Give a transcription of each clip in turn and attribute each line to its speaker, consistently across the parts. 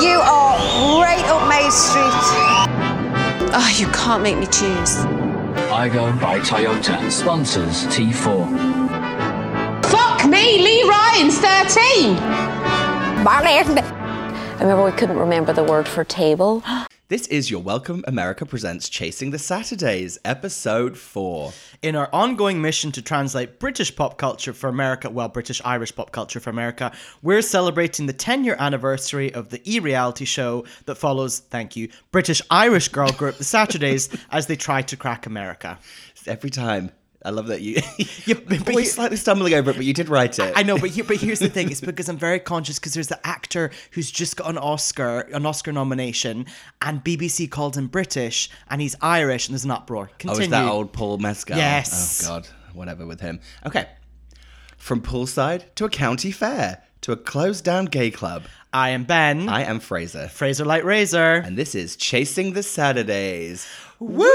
Speaker 1: You are right up Main Street.
Speaker 2: Oh, you can't make me choose.
Speaker 3: I go by Toyota. Sponsors T4.
Speaker 4: Fuck me, Lee Ryan's 13.
Speaker 2: I remember we couldn't remember the word for table.
Speaker 5: This is Your Welcome America Presents Chasing the Saturdays, episode four.
Speaker 6: In our ongoing mission to translate British pop culture for America, well, British Irish pop culture for America, we're celebrating the 10 year anniversary of the e reality show that follows, thank you, British Irish girl group The Saturdays as they try to crack America.
Speaker 5: Every time. I love that you.
Speaker 6: Yeah,
Speaker 5: You're
Speaker 6: but- but
Speaker 5: always
Speaker 6: you-
Speaker 5: slightly stumbling over it, but you did write it.
Speaker 6: I know, but here, but here's the thing: it's because I'm very conscious because there's the actor who's just got an Oscar, an Oscar nomination, and BBC called him British, and he's Irish, and there's an uproar.
Speaker 5: Oh,
Speaker 6: Continue.
Speaker 5: is that old Paul Mescal?
Speaker 6: Yes.
Speaker 5: Oh, God. Whatever with him. Okay. From poolside to a county fair to a closed down gay club,
Speaker 6: I am Ben.
Speaker 5: I am Fraser.
Speaker 6: Fraser Light Razor.
Speaker 5: And this is Chasing the Saturdays.
Speaker 6: Woo!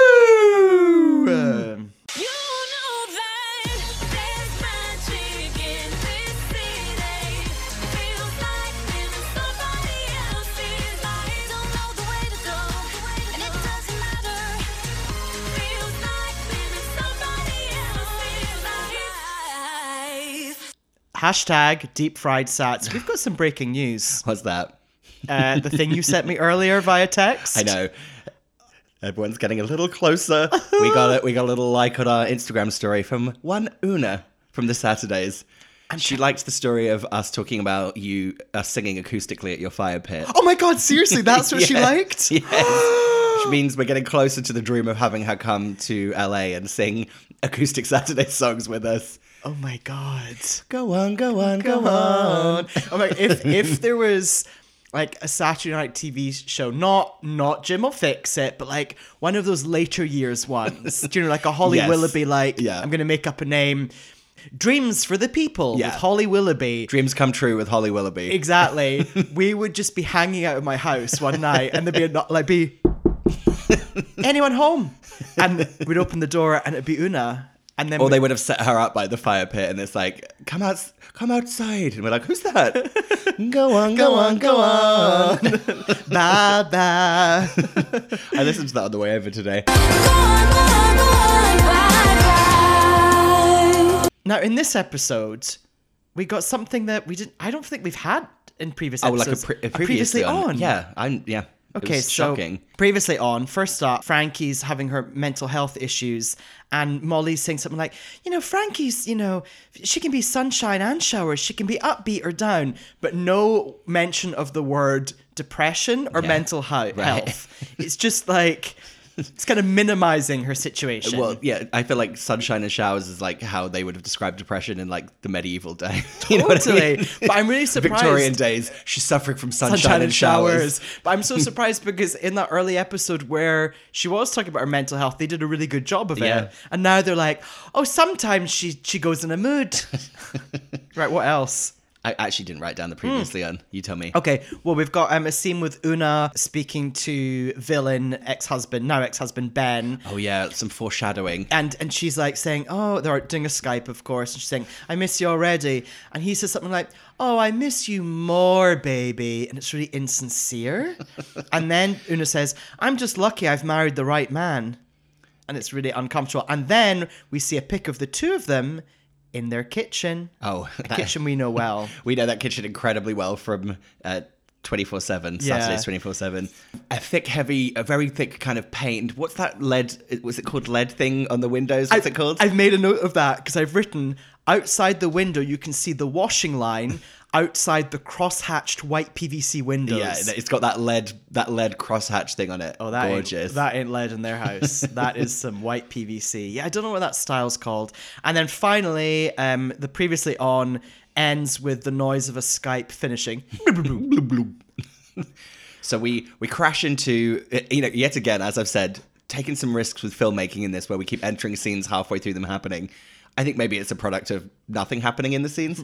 Speaker 6: Um,
Speaker 7: You know that there's magic in this city. Feels like being in somebody else's life. Don't know the way to go, and it doesn't matter. Feels like being in somebody else's life.
Speaker 6: Hashtag deep fried sats. We've got some breaking news.
Speaker 5: What's that?
Speaker 6: Uh, the thing you sent me earlier via text.
Speaker 5: I know. Everyone's getting a little closer. we got it. We got a little like on our Instagram story from one Una from the Saturdays. And she liked the story of us talking about you us singing acoustically at your fire pit.
Speaker 6: Oh my god! Seriously, that's what she
Speaker 5: Yes,
Speaker 6: liked.
Speaker 5: yes. Which means we're getting closer to the dream of having her come to LA and sing acoustic Saturday songs with us.
Speaker 6: Oh my god.
Speaker 5: Go on, go on, go,
Speaker 6: Come
Speaker 5: on.
Speaker 6: on. I'm like, if if there was like a Saturday night TV show, not not Jim will fix it, but like one of those later years ones. Do you know, like a Holly
Speaker 5: Yes.
Speaker 6: Willoughby? Like,
Speaker 5: Yeah.
Speaker 6: I'm gonna make up a name. Dreams for the people
Speaker 5: Yeah.
Speaker 6: with Holly Willoughby.
Speaker 5: Dreams come true with Holly Willoughby.
Speaker 6: Exactly. we would just be hanging out at my house one night, and there'd be a knock, like be anyone home, and we'd open the door, and it'd be Una, and then
Speaker 5: Or
Speaker 6: we-
Speaker 5: they would have set her up by the fire pit, and it's like, come out, come outside, and we're like, who's that? go on, go, on, go on.
Speaker 6: ba ba.
Speaker 5: I listened to that on the way over today.
Speaker 7: Go on, go on, go on, ride, ride.
Speaker 6: Now in this episode, we got something that we didn't. I don't think we've had in previous
Speaker 5: Oh, like a,
Speaker 6: episodes.
Speaker 5: pre- a
Speaker 6: Uh,
Speaker 5: previously, on. Yeah, I'm. Yeah. It
Speaker 6: Okay,
Speaker 5: was
Speaker 6: so
Speaker 5: shocking.
Speaker 6: previously on, first up, Frankie's having her mental health issues, and Molly's saying something like, "You know, Frankie's, you know, she can be sunshine and showers. She can be upbeat or down, but no mention of the word depression or mental he- health. it's just like it's kind of minimizing her situation.
Speaker 5: Well, yeah, I feel like sunshine and showers is like how they would have described depression in like the medieval day. You know what I
Speaker 6: Totally.
Speaker 5: mean?
Speaker 6: But I'm really surprised-
Speaker 5: Victorian days, she's suffering from sunshine,
Speaker 6: sunshine
Speaker 5: and showers.
Speaker 6: But I'm so surprised because in that early episode where she was talking about her mental health, they did a really good job of
Speaker 5: Yeah.
Speaker 6: it. And now they're like, oh, sometimes she she goes in a mood. right, what else?
Speaker 5: I actually didn't write down the previously on. You tell me.
Speaker 6: Hmm. Okay, well, we've got um, a scene with Una speaking to villain ex husband, now ex husband Ben.
Speaker 5: Oh yeah, some foreshadowing.
Speaker 6: and and she's like saying, "Oh, they're doing a Skype, of course." And she's saying, "I miss you already," and he says something like, "Oh, I miss you more, baby," and it's really insincere. and then Una says, "I'm just lucky I've married the right man," and it's really uncomfortable. And then we see a pic of the two of them in their kitchen,
Speaker 5: Oh,
Speaker 6: a kitchen we know well.
Speaker 5: We know that kitchen incredibly well from uh, 24-7,
Speaker 6: Yeah.
Speaker 5: Saturdays 24-7. A thick, heavy, a very thick kind of paint. What's that lead, was it called lead thing on the windows? What's it called?
Speaker 6: I've made a note of that because I've written outside the window you can see the washing line outside the cross-hatched white PVC windows.
Speaker 5: yeah, it's got that lead, that lead crosshatch thing on it. Oh,
Speaker 6: That
Speaker 5: Gorgeous.
Speaker 6: Ain't, that ain't lead in their house. that is some white PVC. Yeah, I don't know what that style's called. And then finally, um, the previously on ends with the noise of a Skype finishing.
Speaker 5: So we we crash into you know yet again as I've said taking some risks with filmmaking in this where we keep entering scenes halfway through them happening. I think maybe it's a product of nothing happening in the scenes.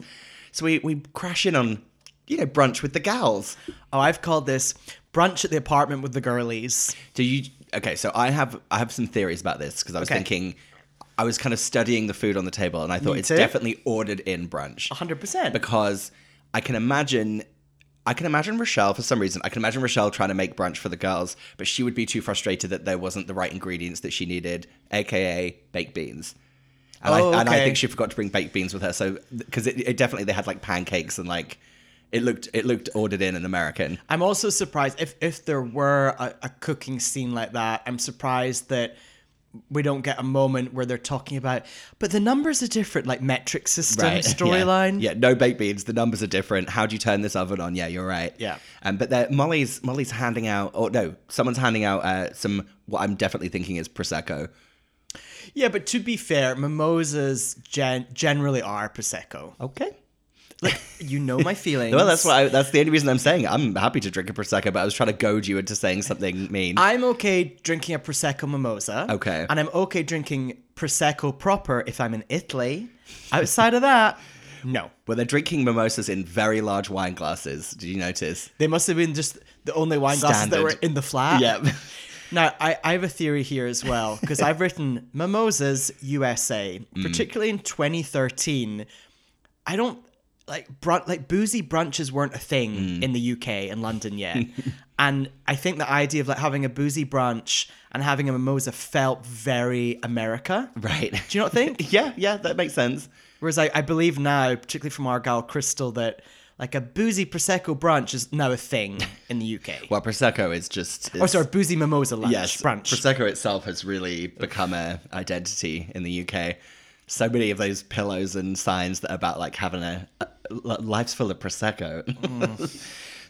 Speaker 5: So we we crash in on you know brunch with the gals.
Speaker 6: Oh, I've called this brunch at the apartment with the girlies.
Speaker 5: Do you okay? So I have I have some theories about this because I was
Speaker 6: Okay.
Speaker 5: thinking I was kind of studying the food on the table and I thought it's
Speaker 6: too.
Speaker 5: definitely ordered in brunch
Speaker 6: 100%.
Speaker 5: because I can imagine. I can imagine Rochelle, for some reason, I can imagine Rochelle trying to make brunch for the girls, but she would be too frustrated that there wasn't the right ingredients that she needed, aka baked beans. And,
Speaker 6: Oh,
Speaker 5: I, and I
Speaker 6: okay.
Speaker 5: think she forgot to bring baked beans with her. So, because it, it definitely they had like pancakes and like it looked it looked ordered in and American.
Speaker 6: I'm also surprised if if there were a, a cooking scene like that. I'm surprised that we don't get a moment where they're talking about. But the numbers are different, like metric system
Speaker 5: yeah.
Speaker 6: storyline.
Speaker 5: Yeah. no baked beans. The numbers are different. How do you turn this oven on? Yeah, you're right.
Speaker 6: Yeah.
Speaker 5: Um, but there- Molly's Molly's handing out, or no, someone's handing out uh, some what I'm definitely thinking is prosecco.
Speaker 6: Yeah, But to be fair, mimosas gen- generally are prosecco.
Speaker 5: Okay.
Speaker 6: You know my feelings.
Speaker 5: Oh. Well, that's why. I, that's the only reason I'm saying it. I'm happy to drink a prosecco, but I was trying to goad you into saying something mean.
Speaker 6: I'm okay drinking a prosecco mimosa.
Speaker 5: Okay.
Speaker 6: And I'm okay drinking prosecco proper if I'm in Italy. Outside of that, no.
Speaker 5: well, they're drinking mimosas in very large wine glasses. Did you notice?
Speaker 6: They must have been just the only wine glasses that
Speaker 5: Standard.
Speaker 6: were in the flat.
Speaker 5: Yep.
Speaker 6: Now, I, I have a theory here as well, because I've written Mimosas USA,
Speaker 5: Mm.
Speaker 6: particularly in 2013. I don't like brun- like boozy brunches weren't a thing
Speaker 5: Mm.
Speaker 6: in the UK and London yet. and I think the idea of like having a boozy brunch and having a mimosa felt very America.
Speaker 5: Right.
Speaker 6: Do you not think?
Speaker 5: yeah, yeah, that makes sense.
Speaker 6: Whereas I, I believe now, particularly from our gal Crystal, that like a boozy prosecco brunch is now a thing in the UK.
Speaker 5: Well, prosecco is just.
Speaker 6: or
Speaker 5: is-
Speaker 6: Oh, sorry, boozy mimosa lunch
Speaker 5: yes,
Speaker 6: brunch.
Speaker 5: Prosecco itself has really become a identity in the UK. So many of those pillows and signs that are about like having a, a- li- life's full of prosecco.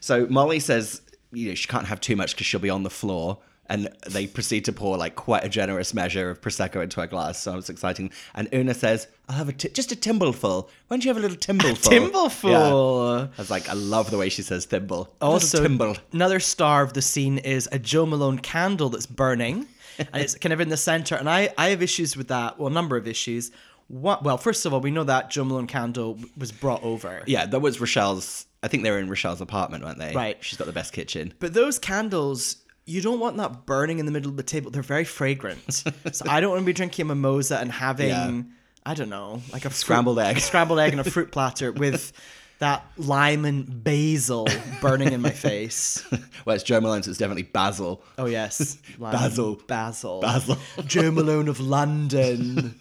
Speaker 5: so Molly says, you know, she can't have too much because she'll be on the floor. And they proceed to pour like quite a generous measure of prosecco into her glass. So it's exciting. And Una says, "I'll have a ti- just a thimbleful. Why don't you have a little thimbleful? Yeah.
Speaker 6: Thimbleful.
Speaker 5: I was like, I love the way she says thimble. A little
Speaker 6: Also,
Speaker 5: thimble.
Speaker 6: another star of the scene is a Joe Malone candle that's burning, and it's kind of in the center. And I, I have issues with that. Well, a number of issues. What? Well, first of all, we know that Joe Malone candle w- was brought over.
Speaker 5: Yeah, that was Rochelle's. I think they were in Rochelle's apartment, weren't they?
Speaker 6: Right.
Speaker 5: She's got the best kitchen.
Speaker 6: But those candles, you don't want that burning in the middle of the table. They're very fragrant. so I don't want to be drinking a mimosa and having,
Speaker 5: Yeah.
Speaker 6: I don't know, like a fruit-
Speaker 5: Scrambled egg.
Speaker 6: scrambled egg, and a fruit platter with that lime and basil burning in my face.
Speaker 5: Whereas Joe Malone, so it's definitely Basil.
Speaker 6: Oh yes, Lime.
Speaker 5: Basil.
Speaker 6: Basil,
Speaker 5: Basil.
Speaker 6: Joe Malone of London.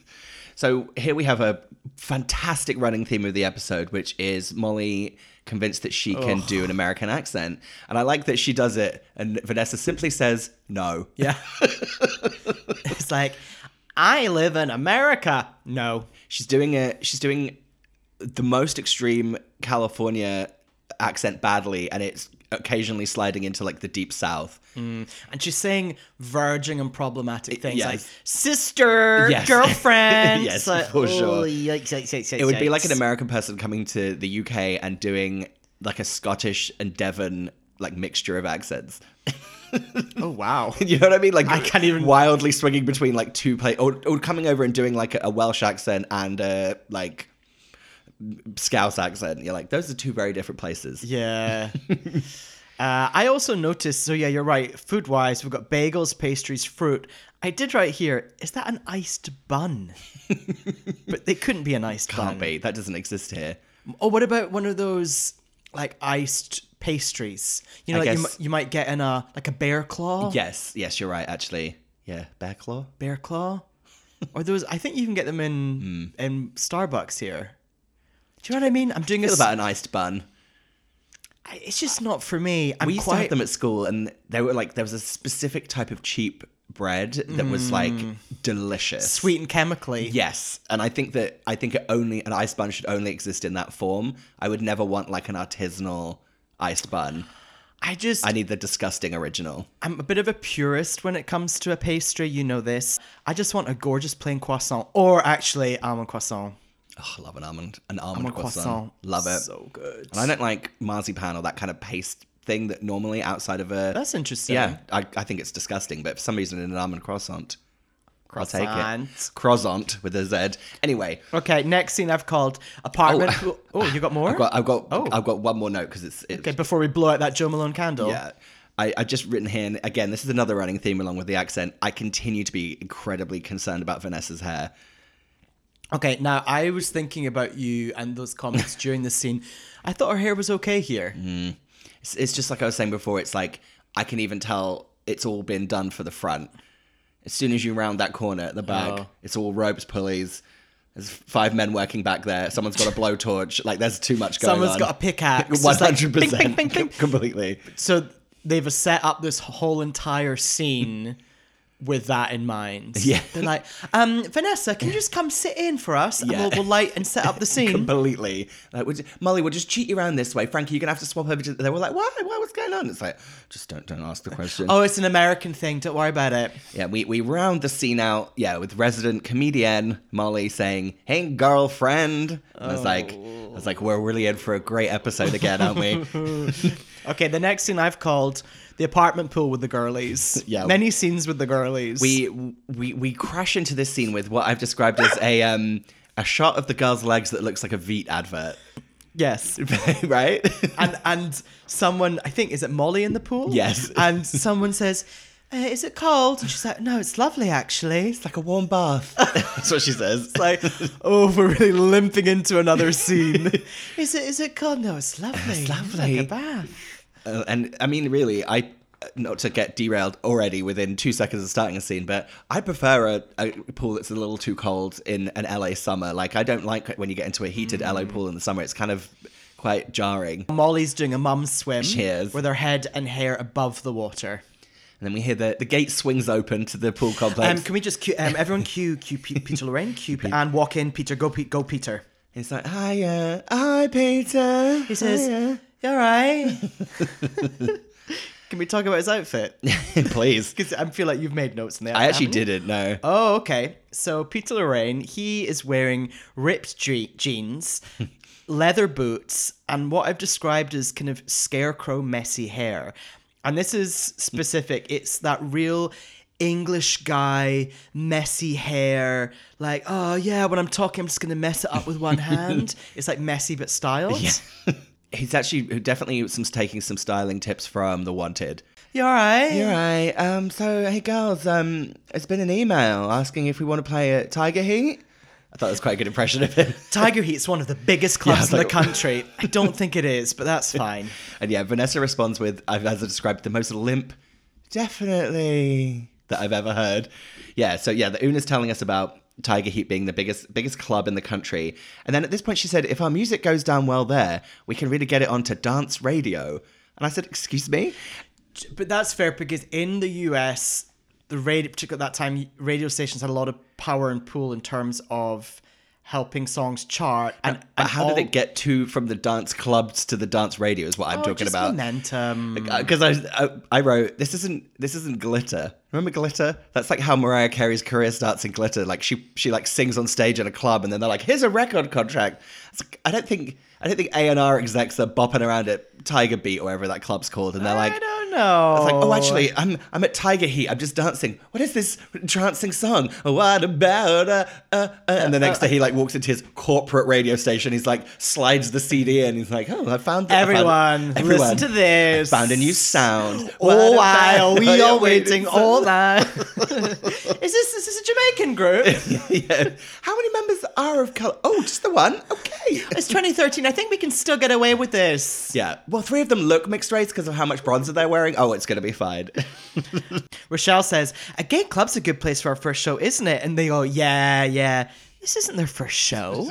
Speaker 5: So here we have a fantastic running theme of the episode, which is Molly convinced that she can do an American accent. And I like that she does it, and Vanessa simply says no.
Speaker 6: yeah, it's like I live in America. No,
Speaker 5: She's doing a she's doing the most extreme California accent badly, and it's occasionally sliding into like the deep south.
Speaker 6: and she's saying verging on problematic things like
Speaker 5: yes.
Speaker 6: sister,
Speaker 5: Yes.
Speaker 6: girlfriend.
Speaker 5: Yes,
Speaker 6: It's like,
Speaker 5: for
Speaker 6: oh,
Speaker 5: sure.
Speaker 6: yikes, yikes, yikes, yikes,
Speaker 5: It would be like an
Speaker 6: yikes.
Speaker 5: American person coming to the UK and doing like a Scottish and Devon like mixture of accents.
Speaker 6: Oh wow.
Speaker 5: You know what I mean? Like I
Speaker 6: can't even-
Speaker 5: wildly swinging between like two play or, or coming over and doing like a, a Welsh accent and a like Scouse accent. You're like those are two very different places.
Speaker 6: Yeah. uh, I also noticed, so yeah, you're right. Food wise, we've got bagels, pastries, fruit. I did right here, is that an iced bun? but they couldn't be an iced bun.
Speaker 5: Can't be. That doesn't exist here.
Speaker 6: Oh, what about one of those like iced pastries? You know,
Speaker 5: I
Speaker 6: like you, mi-
Speaker 5: guess-
Speaker 6: you might get in a like a bear claw.
Speaker 5: Yes, yes, you're right. Actually, yeah, bear claw.
Speaker 6: Bear claw. or those I think you can get them in
Speaker 5: Hmm.
Speaker 6: in Starbucks here. Do you know what I mean? I'm doing a
Speaker 5: Feel
Speaker 6: s-
Speaker 5: about an iced bun.
Speaker 6: I- It's just not for me. I'm
Speaker 5: we used to
Speaker 6: quite
Speaker 5: have them at school, and they were like there was a specific type of cheap bread that
Speaker 6: Mm.
Speaker 5: was like delicious,
Speaker 6: sweetened chemically.
Speaker 5: Yes, and I think that I think it only an ice bun should only exist in that form. I would never want like an artisanal ice bun.
Speaker 6: I just
Speaker 5: I need the disgusting original.
Speaker 6: I'm a bit of a purist when it comes to a pastry, you know this. I just want a gorgeous plain croissant or actually almond croissant.
Speaker 5: Oh, I love an almond, an almond
Speaker 6: Almond
Speaker 5: croissant.
Speaker 6: croissant.
Speaker 5: Love it.
Speaker 6: So good.
Speaker 5: and I don't like marzipan or that kind of paste thing that normally outside of a.
Speaker 6: That's interesting.
Speaker 5: yeah, I, I think it's disgusting, but for some reason in an almond croissant, I'll take it.
Speaker 6: Croissant.
Speaker 5: Croissant with a Z. Anyway,
Speaker 6: Okay, next scene I've called apartment. Oh, you got more?
Speaker 5: I've got I've got
Speaker 6: Oh.
Speaker 5: I've got one more note because it's, it's
Speaker 6: okay, before we blow out that Joe Malone candle.
Speaker 5: Yeah. I, I just written here, and again, this is another running theme along with the accent. I continue to be incredibly concerned about Vanessa's hair.
Speaker 6: Okay, now I was thinking about you and those comments during the scene. I thought her hair was okay here.
Speaker 5: it's, it's just like I was saying before. It's like I can even tell it's all been done for the front. As soon as you round that corner at the back,
Speaker 6: Oh.
Speaker 5: it's all ropes, pulleys. There's five men working back there. Someone's got a blowtorch. Like there's too much going
Speaker 6: Someone's
Speaker 5: on.
Speaker 6: got a pickaxe.
Speaker 5: One
Speaker 6: It's like,
Speaker 5: hundred
Speaker 6: ping, ping, ping,
Speaker 5: percent.
Speaker 6: ping.
Speaker 5: Completely.
Speaker 6: So they've set up this whole entire scene with that in mind.
Speaker 5: Mm. Yeah.
Speaker 6: They're like, um, Vanessa, can you just come sit in for us? And
Speaker 5: Yeah.
Speaker 6: we'll, we'll light and set up the scene.
Speaker 5: Completely. Like, we'll ju- Molly, we'll just cheat you around this way. Frankie, you're gonna have to swap over. To- they were like, why? Why? What's going on? It's like, just don't don't ask the question.
Speaker 6: oh, it's an American thing. Don't worry about it.
Speaker 5: Yeah, we, we round the scene out, yeah, with resident comedian Molly saying, Hey girlfriend. I was like I was like, we're really in for a great episode again, aren't we?
Speaker 6: Okay, the next scene I've called the apartment pool with the girlies.
Speaker 5: Yeah.
Speaker 6: Many scenes with the girlies.
Speaker 5: we we we crash into this scene with what I've described as a um a shot of the girl's legs that looks like a Veet advert.
Speaker 6: Yes.
Speaker 5: right?
Speaker 6: and and someone I think is it Molly in the pool?
Speaker 5: Yes.
Speaker 6: And someone says, uh, "Is it cold?" And she's like, "No, it's lovely actually." It's like,
Speaker 5: like a warm bath. That's what she says.
Speaker 6: it's like, oh, we're really limping into another scene. is it is it cold? No, it's lovely. It's
Speaker 5: lovely.
Speaker 6: Like a bath.
Speaker 5: Uh, and I mean, really, I uh, not to get derailed already within two seconds of starting a scene, but I prefer a, a pool that's a little too cold in an LA summer. Like, I don't like it when you get into a heated LA pool in the summer. It's kind of quite jarring. And
Speaker 6: Molly's doing a mum swim
Speaker 5: She is.
Speaker 6: with her head and hair above the water.
Speaker 5: then we hear the the gate swings open to the pool complex.
Speaker 6: Um, can we just cue, um, everyone cue cue Pe- Peter Lorraine, cue Pe- and walk in Peter go Pete go Peter.
Speaker 5: it's like, hiya, hi, Peter.
Speaker 6: He says, "You all right." Can we talk about his outfit?
Speaker 5: please.
Speaker 6: Because I feel like you've made notes in there.
Speaker 5: I actually
Speaker 6: haven't you?
Speaker 5: didn't know.
Speaker 6: Oh, okay. So Peter Lorraine, he is wearing ripped je- jeans, leather boots, and what I've described as kind of scarecrow messy hair. And this is specific. It's that real English guy, messy hair, like, oh yeah, when I'm talking, I'm just gonna mess it up with one hand. it's like messy but styled.
Speaker 5: He's actually uh, definitely some taking some styling tips from The Wanted.
Speaker 6: You alright?
Speaker 5: You're right. Um, so hey girls, um, it's been an email asking if we want to play at Tiger Heat. I thought that was quite a good impression of him.
Speaker 6: Tiger Heat's one of the biggest clubs in
Speaker 5: Yeah, like-
Speaker 6: the country. I don't think it is, but that's fine.
Speaker 5: And yeah, Vanessa responds with, I've as I described, the most limp, definitely that I've ever heard. Yeah. So yeah, the Una's telling us about Tiger Heat being the biggest biggest club in the country, and then at this point she said, if our music goes down well there, we can really get it onto dance radio. And I said, excuse me.
Speaker 6: But that's fair because in the US, the radio, particularly at that time, radio stations had a lot of power and pull in terms of helping songs chart. And,
Speaker 5: But
Speaker 6: and
Speaker 5: how
Speaker 6: all-
Speaker 5: did it get to from the dance clubs to the dance radio? Is what I'm
Speaker 6: Oh,
Speaker 5: talking
Speaker 6: just
Speaker 5: about.
Speaker 6: Momentum.
Speaker 5: because I, I I wrote this isn't this isn't glitter. Remember glitter? That's like how Mariah Carey's career starts in glitter. Like she she like sings on stage at a club, and then they're like, "Here's a record contract." It's like, I don't think I don't think A and R execs are bopping around at Tiger Beat or whatever that club's called, and they're like.
Speaker 6: I don't know.
Speaker 5: It's like, oh, actually, I'm I'm at Tiger Heat. I'm just dancing. What is this trancing song? What about uh, uh, uh? And the next day, he like walks into his corporate radio station. He's like, slides the CD in. He's like, oh, I found I found-
Speaker 6: Everyone, listen to this.
Speaker 5: Found a new Oh, sound.
Speaker 6: All
Speaker 5: What
Speaker 6: while
Speaker 5: about-
Speaker 6: we are waiting all
Speaker 5: Yeah.
Speaker 6: night. is this is this a Jamaican group?
Speaker 5: How many members are of color? Oh, just the one. Okay.
Speaker 6: It's 2013. I think we can still get away with this.
Speaker 5: Yeah. Well, three of them look mixed race because of how much bronzer they're wearing. Oh, it's gonna be fine.
Speaker 6: Rochelle says, A gay club's a good place for our first show, isn't it? And they go, Yeah, yeah. This isn't their first show.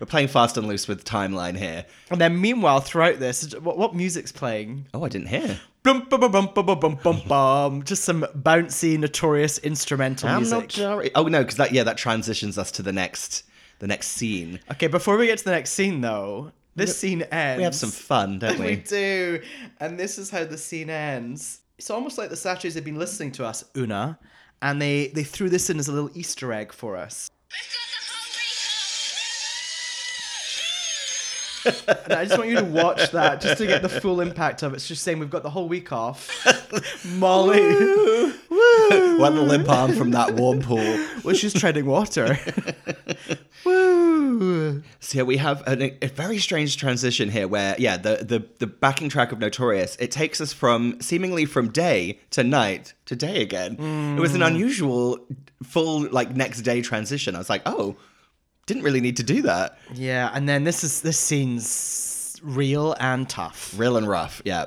Speaker 5: We're playing fast and loose with timeline here.
Speaker 6: and then, meanwhile, throughout this, what, what music's playing?
Speaker 5: Oh, I didn't hear.
Speaker 6: Blum, bum, bum, bum, bum, bum, bum, bum, bum. Just some bouncy, notorious instrumental
Speaker 5: I'm
Speaker 6: music.
Speaker 5: not sorry. Oh no, because that yeah, that transitions us to the next the next scene.
Speaker 6: okay, before we get to the next scene, though, this scene ends.
Speaker 5: We have some fun, don't
Speaker 6: We
Speaker 5: we?
Speaker 6: do. And this is how the scene ends. It's almost like the statues have been listening to us, Una, and they, they threw this in as a little Easter egg for us. And I just want you to watch that just to get the full impact of it. It's just saying we've got the whole week off. Molly
Speaker 5: One limp arm from that warm pool.
Speaker 6: well, she's treading water. Woo!
Speaker 5: So yeah, we have an, a very strange transition here, where yeah, the, the the backing track of Notorious it takes us from seemingly from day to night to day again. It was an
Speaker 6: Mm.
Speaker 5: unusual full like next day transition. I was like, oh, didn't really need to do that.
Speaker 6: Yeah, and then this is this scene's real and tough.
Speaker 5: Real and rough, yeah.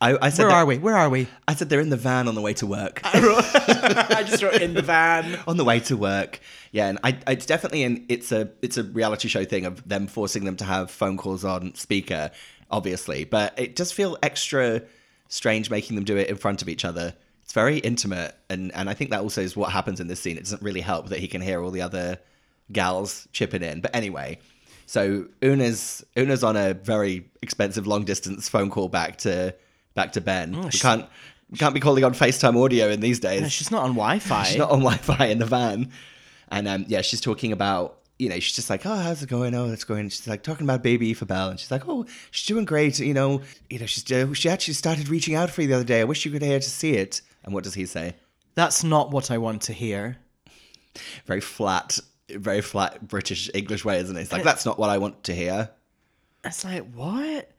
Speaker 5: I, I said
Speaker 6: Where
Speaker 5: that-
Speaker 6: are we? Where are we?
Speaker 5: I said they're in the van on the way to work.
Speaker 6: I just wrote in the van.
Speaker 5: on the way to work. Yeah, and I, it's definitely an it's a it's a reality show thing of them forcing them to have phone calls on speaker, obviously. But it does feel extra strange making them do it in front of each other. It's very intimate, and and I think that also is what happens in this scene. It doesn't really help that he can hear all the other gals chipping in. But anyway, so Una's Una's on a very expensive long distance phone call back to back to Ben. we can't we can't be calling on FaceTime audio in these days.
Speaker 6: No, she's not on Wi-Fi.
Speaker 5: She's not on Wi-Fi in the van, and um, yeah, she's talking about you know she's just like oh how's it going oh it's going she's like talking about baby for Belle and she's like oh she's doing great you know you know she's do- she actually started reaching out for you the other day I wish you could here to see it and what does he say
Speaker 6: That's not what I want to hear.
Speaker 5: very flat very flat British English way isn't it it's like that's not what I want to hear
Speaker 6: It's like what?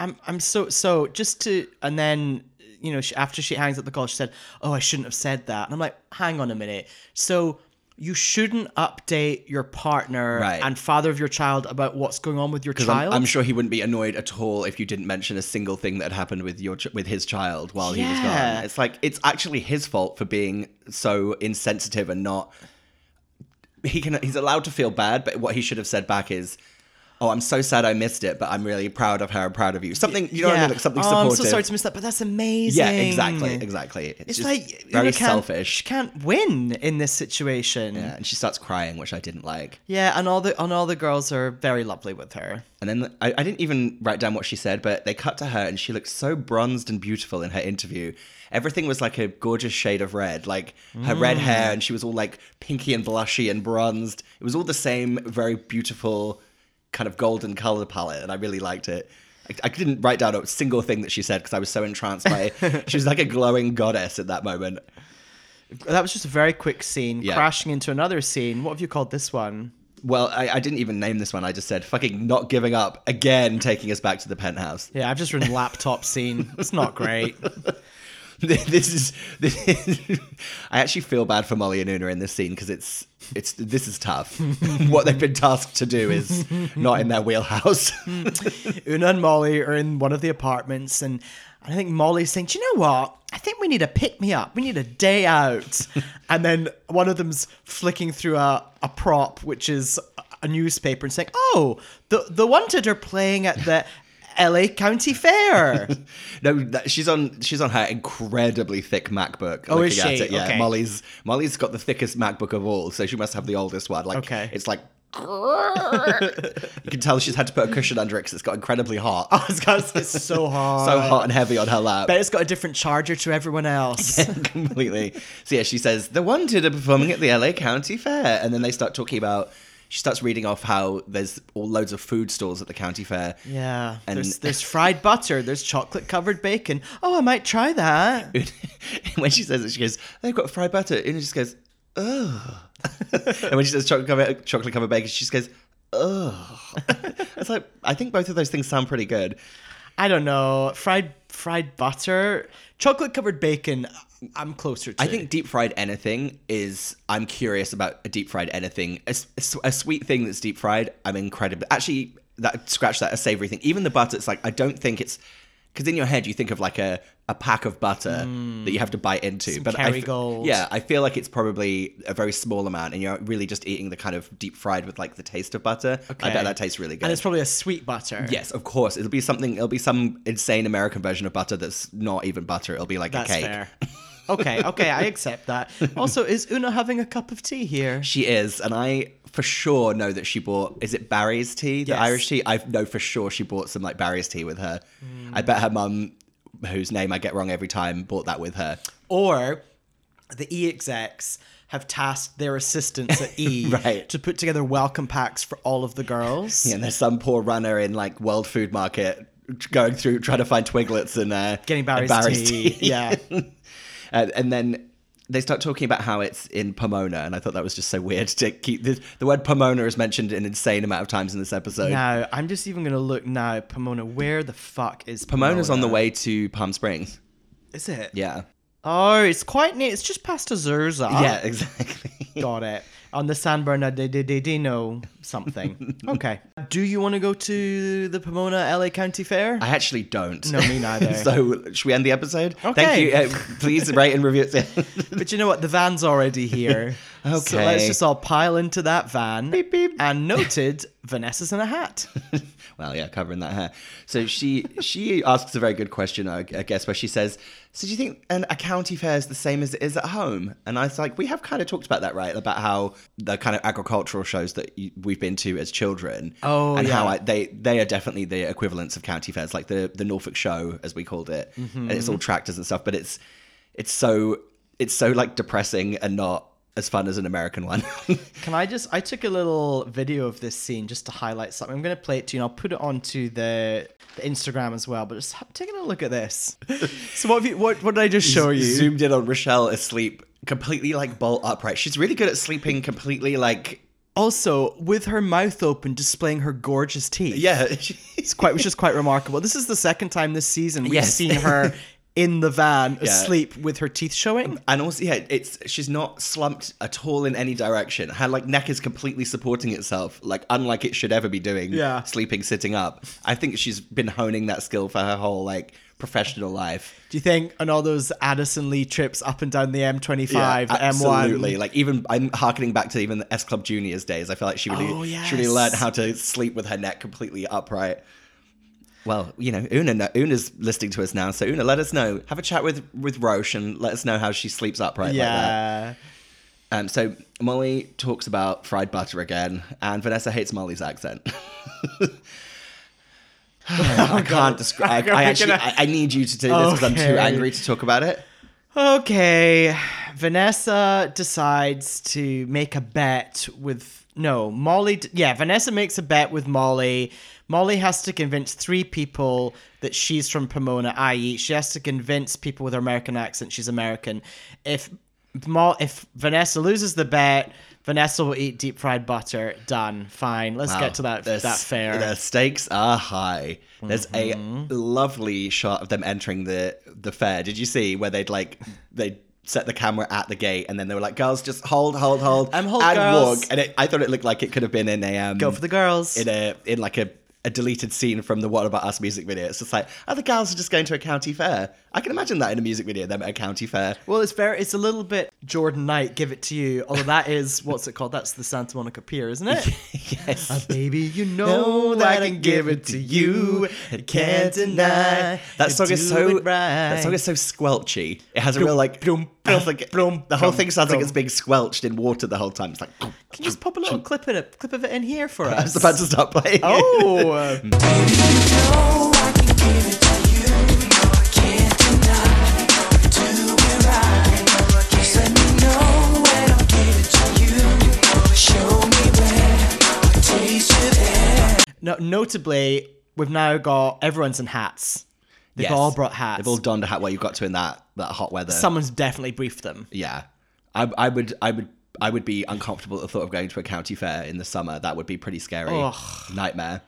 Speaker 6: I'm I'm so so just to and then you know she, after she hangs up the call she said oh I shouldn't have said that and I'm like hang on a minute so you shouldn't update your partner
Speaker 5: Right.
Speaker 6: and father of your child about what's going on with your
Speaker 5: 'Cause I'm-
Speaker 6: child.
Speaker 5: I'm, sure he wouldn't be annoyed at all if you didn't mention a single thing that happened with your ch- with his child while he was
Speaker 6: Yeah.
Speaker 5: gone. It's like it's actually his fault for being so insensitive and not. He can he's allowed to feel bad, but what he should have said back is, "Oh, I'm so sad I missed it, but I'm really proud of her. I'm proud of you." Something you know what I mean, like something
Speaker 6: oh,
Speaker 5: supportive.
Speaker 6: I'm so sorry to miss that, but that's amazing.
Speaker 5: yeah, exactly, exactly. It's,
Speaker 6: It's
Speaker 5: just
Speaker 6: like
Speaker 5: very
Speaker 6: Una can't-
Speaker 5: selfish.
Speaker 6: She can't win in this situation.
Speaker 5: Yeah, and she starts crying, which I didn't like.
Speaker 6: Yeah, and all the and all the girls are very lovely with her.
Speaker 5: And then I, I didn't even write down what she said, but they cut to her and she looked so bronzed and beautiful in her interview. Everything was like a gorgeous shade of red, like her red hair, and she was all like pinky and blushy and bronzed. It was all the same, very beautiful kind of golden color palette, and I really liked it. I, I didn't write down a single thing that she said because I was so entranced by it. she was like a glowing goddess at that moment.
Speaker 6: That was just a very quick scene,
Speaker 5: Yeah.
Speaker 6: crashing into another scene. What have you called this one?
Speaker 5: Well, I, I didn't even name this one. I just said fucking not giving up again, taking us back to the penthouse.
Speaker 6: Yeah, I've just written laptop scene. It's not great.
Speaker 5: this is this is, I actually feel bad for Molly and Una in this scene because it's it's this is tough. what they've been tasked to do is not in their wheelhouse.
Speaker 6: Una and Molly are in one of the apartments, and I think Molly's saying, "Do you know what? I think we need a pick me up. We need a day out." and then one of them's flicking through a, a prop, which is a newspaper, and saying, "Oh, the the wanted are playing at the." LA County Fair.
Speaker 5: no, that, she's on she's on her incredibly thick MacBook.
Speaker 6: Oh, is
Speaker 5: looking
Speaker 6: she?
Speaker 5: At it. Yeah,
Speaker 6: Okay.
Speaker 5: Molly's Molly's got the thickest MacBook of all, so she must have the oldest one. Like,
Speaker 6: Okay.
Speaker 5: it's like. you can tell she's had to put a cushion under it because it's got incredibly hot,
Speaker 6: It's got- it's so hard.
Speaker 5: so hot and heavy on her lap.
Speaker 6: But it's got a different charger to everyone else.
Speaker 5: completely. So yeah, she says the wanted are performing at the LA County Fair, and then they start talking about. She starts reading off how there's all loads of food stalls at the county fair.
Speaker 6: Yeah.
Speaker 5: And-
Speaker 6: there's there's fried butter, there's chocolate covered bacon. Oh, I might try that.
Speaker 5: when she says it, she goes, "They've got fried butter," and it just goes, "Ugh." and when she says chocolate covered chocolate covered bacon, she just goes, "Ugh." it's like I think both of those things sound pretty good.
Speaker 6: I don't know. Fried fried butter, chocolate covered bacon. I'm closer to.
Speaker 5: I think deep fried anything is. I'm curious about a deep fried anything. A, s- a s- a sweet thing that's deep fried. I'm incredibly actually that scratch that a savory thing. Even the butter. It's like I don't think it's because in your head you think of like a a pack of butter
Speaker 6: Hmm.
Speaker 5: that you have to bite into. but I f-
Speaker 6: Kerrygold.
Speaker 5: yeah, I feel like it's probably a very small amount, and you're really just eating the kind of deep fried with like the taste of butter. I
Speaker 6: Okay.
Speaker 5: bet that tastes really good.
Speaker 6: and it's probably a sweet butter.
Speaker 5: Yes, of course. It'll be something. It'll be some insane American version of butter that's not even butter. It'll be like
Speaker 6: that's
Speaker 5: a cake.
Speaker 6: fair. okay, okay, I accept that. Also, is Una having a cup of tea here?
Speaker 5: She is, and I for sure know that she bought. Is it Barry's tea, the
Speaker 6: Yes.
Speaker 5: Irish tea? I know for sure she bought some like Barry's tea with her.
Speaker 6: Mm.
Speaker 5: I bet her mum, whose name I get wrong every time, bought that with her.
Speaker 6: Or the E execs have tasked their assistants at E
Speaker 5: Right.
Speaker 6: to put together welcome packs for all of the girls.
Speaker 5: And there's some poor runner in like World Food Market going through trying to find Twiglets and uh,
Speaker 6: Getting
Speaker 5: and
Speaker 6: Barry's, tea. Yeah.
Speaker 5: Uh, and then they start talking about how it's in Pomona, and I thought that was just so weird to keep the, the word Pomona is mentioned an insane amount of times in this episode.
Speaker 6: Now, I'm just even going to look now. Pomona, where the fuck is Pomona?
Speaker 5: Pomona's on the way to Palm Springs.
Speaker 6: Is it?
Speaker 5: Yeah.
Speaker 6: Oh, it's quite near. It's just past Azurza.
Speaker 5: Yeah, exactly.
Speaker 6: Got it. On the San Bernardino something. okay. Do you want to go to the Pomona LA County Fair?
Speaker 5: I actually don't.
Speaker 6: No, me neither.
Speaker 5: so, should we end the episode? Thank
Speaker 6: Okay.
Speaker 5: you. Uh, please rate and review it.
Speaker 6: But you know what? The van's already here. So let's
Speaker 5: Okay.
Speaker 6: just all pile into that van. And noted, Vanessa's in a hat.
Speaker 5: well, yeah, covering that hair. So she she asks a very good question, I, I guess, where she says, "So do you think an, a county fair is the same as it is at home?" And I was like, "We have kind of talked about that, right? About how the kind of agricultural shows that you, we've been to as children,
Speaker 6: Oh,
Speaker 5: and how
Speaker 6: yeah.
Speaker 5: I, they they are definitely the equivalents of county fairs, like the the Norfolk Show as we called it,
Speaker 6: Mm-hmm.
Speaker 5: and it's all tractors and stuff. But it's it's so it's so like depressing and not as fun as an American one."
Speaker 6: Can I just? I took a little video of this scene just to highlight something. I'm going to play it to you and I'll put it onto the, the Instagram as well. But just ha- taking a look at this. so, what, have you, what, what did I just show you?
Speaker 5: Zoomed in on Rochelle asleep, completely like bolt upright. She's really good at sleeping completely like
Speaker 6: Also, with her mouth open, displaying her gorgeous teeth.
Speaker 5: yeah.
Speaker 6: It's quite, which is quite remarkable. This is the second time this season we've
Speaker 5: Yes.
Speaker 6: seen her in the van asleep with her teeth showing.
Speaker 5: And also, yeah, it's she's not slumped at all in any direction. Her like neck is completely supporting itself, like unlike it should ever be doing.
Speaker 6: Yeah.
Speaker 5: sleeping, sitting up. I think she's been honing that skill for her whole like professional life.
Speaker 6: Do you think on all those Addison Lee trips up and down the M25, the
Speaker 5: absolutely.
Speaker 6: M1?
Speaker 5: Like even I'm harkening back to even the S Club Juniors days. I feel like she really,
Speaker 6: Oh,
Speaker 5: she really
Speaker 6: yes.
Speaker 5: learned how to sleep with her neck completely upright. Well, you know, Una, kno- Una's listening to us now, so Una, let us know. Have a chat with with Roche and let us know how she sleeps upright. like that.
Speaker 6: Yeah.
Speaker 5: Um, so Molly talks about fried butter again, and Vanessa hates Molly's accent.
Speaker 6: Oh,
Speaker 5: I can't describe. I, actually, I, I need you to do this because I'm too
Speaker 6: Okay.
Speaker 5: angry to talk about it.
Speaker 6: Okay. Vanessa decides to make a bet with. No, Molly. d- Yeah, Vanessa makes a bet with Molly. Molly has to convince three people that she's from Pomona, i.e., she has to convince people with her American accent she's American. If Mo- if Vanessa loses the bet, Vanessa will eat deep fried butter. Done. Fine. Let's
Speaker 5: Wow.
Speaker 6: get to that
Speaker 5: Oh, The
Speaker 6: that
Speaker 5: s-
Speaker 6: fair. Mm-hmm.
Speaker 5: The stakes are high. There's a lovely shot of them entering the the fair. Did you see where they'd like they set the camera at the gate and then they were like, "Girls, just hold, hold, hold,
Speaker 6: Um, hold,
Speaker 5: and
Speaker 6: girls."
Speaker 5: walk." And it, I thought it looked like it could have been in a um,
Speaker 6: Go for the girls.
Speaker 5: in a in like a. A deleted scene from the What About Us music video. It's just like, oh, the girls are just going to a county fair. I can imagine that in a music video, them at a county fair.
Speaker 6: Well, it's very, it's a little bit Jordan Knight, give it to you. Although that is, what's it called? That's the Santa Monica Pier, isn't it? Uh,
Speaker 5: yes.
Speaker 6: Baby, you know, that I can give it to you. I can't deny.
Speaker 5: That song is so that song
Speaker 6: Right.
Speaker 5: is so squelchy. It has a real like
Speaker 6: bloom,
Speaker 5: it has, like,
Speaker 6: bloom,
Speaker 5: the whole
Speaker 6: bloom,
Speaker 5: thing sounds like
Speaker 6: bloom.
Speaker 5: it's being squelched in water the whole time. It's like
Speaker 6: Can you just pop a little clip in it, clip of it in here for
Speaker 5: I
Speaker 6: us?
Speaker 5: was about to stop playing. it.
Speaker 6: Oh, um, no, notably, we've now got everyone's in hats. They've
Speaker 5: Yes.
Speaker 6: all brought hats.
Speaker 5: They've all donned a hat where you got to in that that hot weather.
Speaker 6: Someone's definitely briefed them.
Speaker 5: yeah, I, I would I would I would be uncomfortable at the thought of going to a county fair in the summer. That would be pretty scary. Nightmare.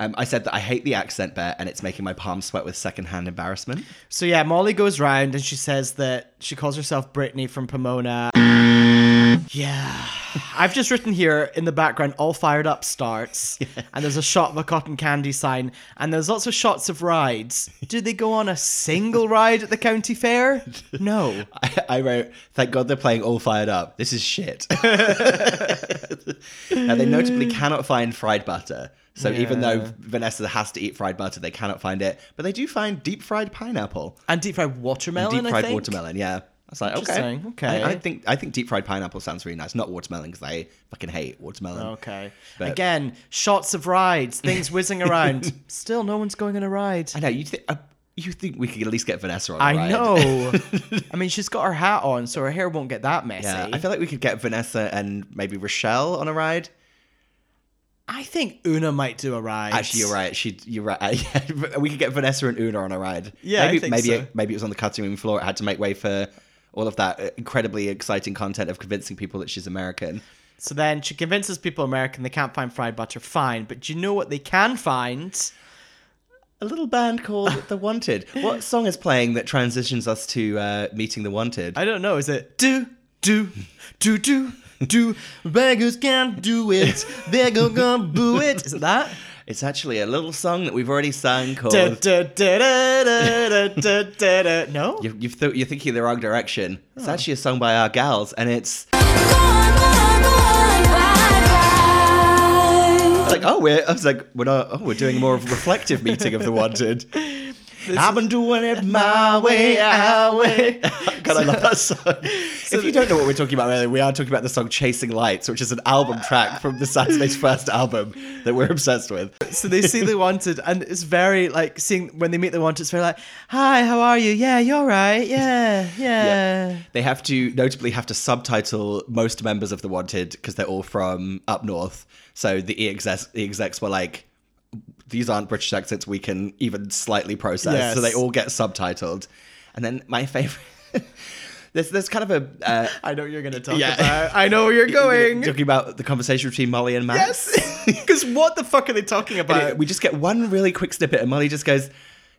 Speaker 5: Um, I said that I hate the accent bet, and it's making my palms sweat with secondhand embarrassment.
Speaker 6: So yeah, Molly goes round and she says that she calls herself Brittany from Pomona. Yeah. I've just written here in the background, all fired up starts, and there's a shot of a cotton candy sign, and there's lots of shots of rides. Do they go on a single ride at the county fair? No.
Speaker 5: I, I wrote, thank God they're playing all fired up. This is shit. now, they notably cannot find fried butter. So even though Vanessa has to eat fried butter, they cannot find it. But they do find deep fried pineapple,
Speaker 6: Oh, And deep fried watermelon.
Speaker 5: deep
Speaker 6: I
Speaker 5: fried
Speaker 6: think?
Speaker 5: watermelon. Yeah, I was like, okay,
Speaker 6: Interesting, okay.
Speaker 5: I, I think I think deep fried pineapple sounds really nice. Not watermelon because I fucking hate watermelon.
Speaker 6: Oh, Okay.
Speaker 5: But-
Speaker 6: Again, shots of rides, things whizzing around. Still, no one's going on a ride.
Speaker 5: I know you think uh, you think we could at least get Vanessa on. a
Speaker 6: I
Speaker 5: ride.
Speaker 6: know. I mean, she's got her hat on, so her hair won't get that messy.
Speaker 5: Yeah, I feel like we could get Vanessa and maybe Rochelle on a ride.
Speaker 6: I think Una might do a ride.
Speaker 5: Actually, you're right. She, you're right. Uh, Yeah, we could get Vanessa and Una on a ride.
Speaker 6: Yeah, I
Speaker 5: maybe
Speaker 6: think
Speaker 5: maybe
Speaker 6: so.
Speaker 5: it, maybe it was on the cutting room floor. It had to make way for all of that uh, incredibly exciting content of convincing people that she's American.
Speaker 6: So then she convinces people American they can't find fried butter. Fine, but do you know what they can find?
Speaker 5: a little band called The Wanted. What song is playing that transitions us to uh, meeting The Wanted?
Speaker 6: I don't know. Is it do do do do do? Beggars can't do it. They go gonna boo it. Is it that?
Speaker 5: It's actually a little song that we've already sung called.
Speaker 6: Da, da, da, da, da, da, da, da. No.
Speaker 5: You, you've th- you're thinking the wrong direction. It's
Speaker 6: Oh.
Speaker 5: actually a song by our gals, and it's, it's like, oh, we're. I was like, we're not. Oh, we're doing more of a reflective meeting of the wanted. I've been doing it my way, our way. God, I love that song. if you don't know what we're talking about, really, we are talking about the song "Chasing Lights," which is an album track from the Saturday's first album that we're obsessed with.
Speaker 6: So they see the wanted, and it's very like seeing when they meet the wanted. It's very like, hi, how are you? Yeah, you're right. Yeah, yeah.
Speaker 5: They have to notably have to subtitle most members of the Wanted because they're all from up north. So the execs, the execs were like, these aren't British accents we can even slightly process. So
Speaker 6: Yes.
Speaker 5: they all get subtitled. And then my favorite, there's there's kind of a uh,
Speaker 6: I know what you're gonna talk
Speaker 5: Yeah.
Speaker 6: about. I know where you're going.
Speaker 5: talking about the conversation between Molly and Max.
Speaker 6: Yes. Because what the fuck are they talking
Speaker 5: And
Speaker 6: about?
Speaker 5: it- we just get one really quick snippet, and Molly just goes,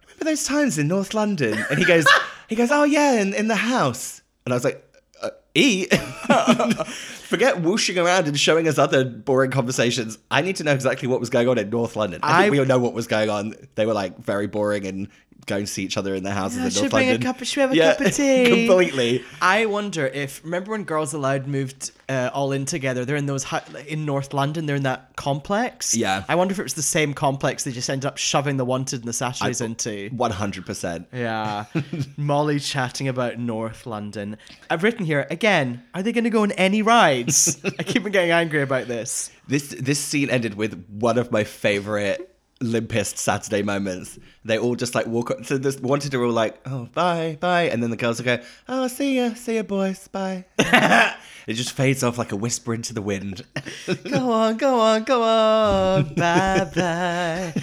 Speaker 5: "Remember those times in North London?" And he goes, "He goes, oh yeah, in, in the house." And I was like, uh, "E, forget whooshing around and showing us other boring conversations. I need to know exactly what was going on in North London. I,
Speaker 6: I-
Speaker 5: think we all know what was going on. They were like very boring and going to see each other in their houses
Speaker 6: Yeah,
Speaker 5: in
Speaker 6: should
Speaker 5: North
Speaker 6: bring a
Speaker 5: London.
Speaker 6: cup of- should we have a cup of tea?
Speaker 5: completely.
Speaker 6: I wonder if remember when Girls Aloud moved uh, all in together? They're in those hu- in North London. They're in that complex.
Speaker 5: Yeah.
Speaker 6: I wonder if it was the same complex they just ended up shoving the Wanted and the Sashays into.
Speaker 5: One hundred percent.
Speaker 6: Yeah, Molly chatting about North London. I've written here again. Are they going to go on any rides? I keep on getting angry about this.
Speaker 5: This this scene ended with one of my favorite limpist Saturday moments. They all just like walk. So this wanted to all like, oh bye bye, and then the girls will go, oh see ya see ya boys bye. it just fades off like a whisper into the wind.
Speaker 6: Go on, go on, go on. bye bye.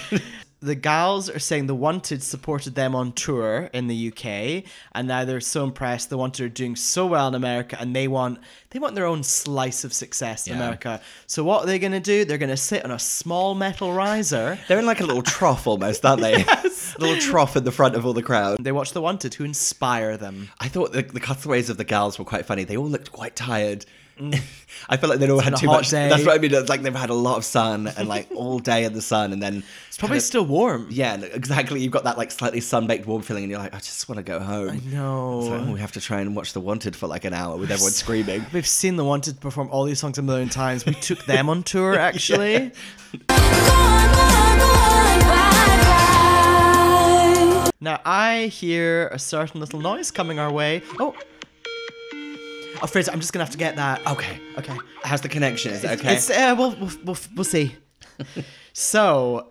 Speaker 6: The gals are saying the Wanted supported them on tour in the UK, and now they're so impressed. The Wanted are doing so well in America, and they want they want their own slice of success in
Speaker 5: Yeah.
Speaker 6: America. So what are they going to do? They're going to sit on a small metal riser.
Speaker 5: They're in like a little trough almost, aren't they? little trough in the front of all the crowd.
Speaker 6: They watch the Wanted, who inspire them.
Speaker 5: I thought the, the cutaways of the gals were quite funny. They all looked quite tired. I felt like they'd all had
Speaker 6: Mm. been a
Speaker 5: too
Speaker 6: hot
Speaker 5: much.
Speaker 6: day.
Speaker 5: That's what I mean. It's like they've had a lot of sun and like all day in the sun, and then it's
Speaker 6: Probably still warm.
Speaker 5: Yeah, and exactly. You've got that like slightly sunbaked warm feeling, and you're like, I just want to go home. I
Speaker 6: know.
Speaker 5: we have to try and watch The Wanted for like an hour with everyone screaming.
Speaker 6: We've seen the Wanted perform all these songs a million times. We took them on tour actually. Now I hear a certain little noise coming our way. Oh, oh, Fraser, I'm just gonna have to get that.
Speaker 5: Okay, okay. How's the connection? Is it okay?
Speaker 6: It's uh, we'll, we'll we'll we'll see. so,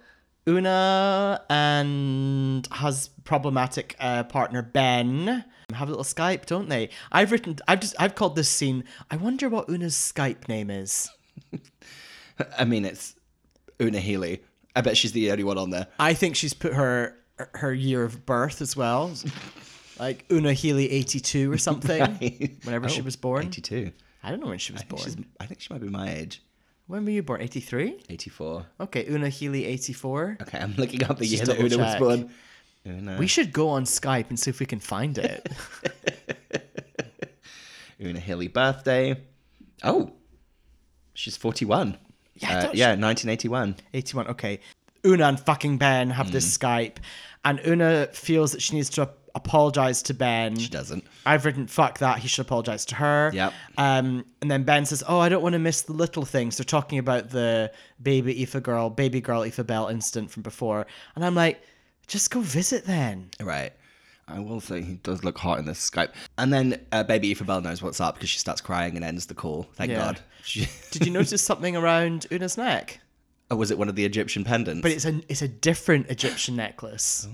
Speaker 6: Una and his problematic uh, partner Ben have a little Skype, don't they? I've written, I've just, I've called this scene. I wonder what Una's Skype name is.
Speaker 5: I mean, it's Una Healy. I bet she's the only one on there.
Speaker 6: I think she's put her her year of birth as well, like Una Healy eighty two or something. Whenever she
Speaker 5: Oh,
Speaker 6: was born,
Speaker 5: 82.
Speaker 6: I don't know when she was born.
Speaker 5: She's, I think she might be my age.
Speaker 6: When were you born? Eighty three.
Speaker 5: 84.
Speaker 6: Okay, Una Healy eighty four.
Speaker 5: Okay, I'm looking up the
Speaker 6: Just
Speaker 5: year that Una
Speaker 6: double
Speaker 5: was
Speaker 6: check.
Speaker 5: born. Una,
Speaker 6: We should go on Skype and see if we can find it.
Speaker 5: Una Healy birthday. Oh, she's 41.
Speaker 6: Yeah, I
Speaker 5: Uh,
Speaker 6: thought she-
Speaker 5: yeah, 1981.
Speaker 6: 81. Okay. Una and fucking Ben have
Speaker 5: Mm.
Speaker 6: this Skype, and Una feels that she needs to ap- apologize to Ben.
Speaker 5: She doesn't.
Speaker 6: I've written fuck that. He should apologize to her.
Speaker 5: Yep.
Speaker 6: Um, and then Ben says, "Oh, I don't want to miss the little things." They're talking about the baby Aoife girl, baby girl Aoife Bell incident from before, and I'm like, "Just go visit then."
Speaker 5: Right. I will say he does look hot in this Skype. And then uh, baby Aoife Bell knows what's up because she starts crying and ends the call. Thank
Speaker 6: Yeah.
Speaker 5: God. She,
Speaker 6: Did you notice something around Una's neck?
Speaker 5: oh, was it one of the Egyptian pendants?
Speaker 6: But it's a it's a different Egyptian necklace.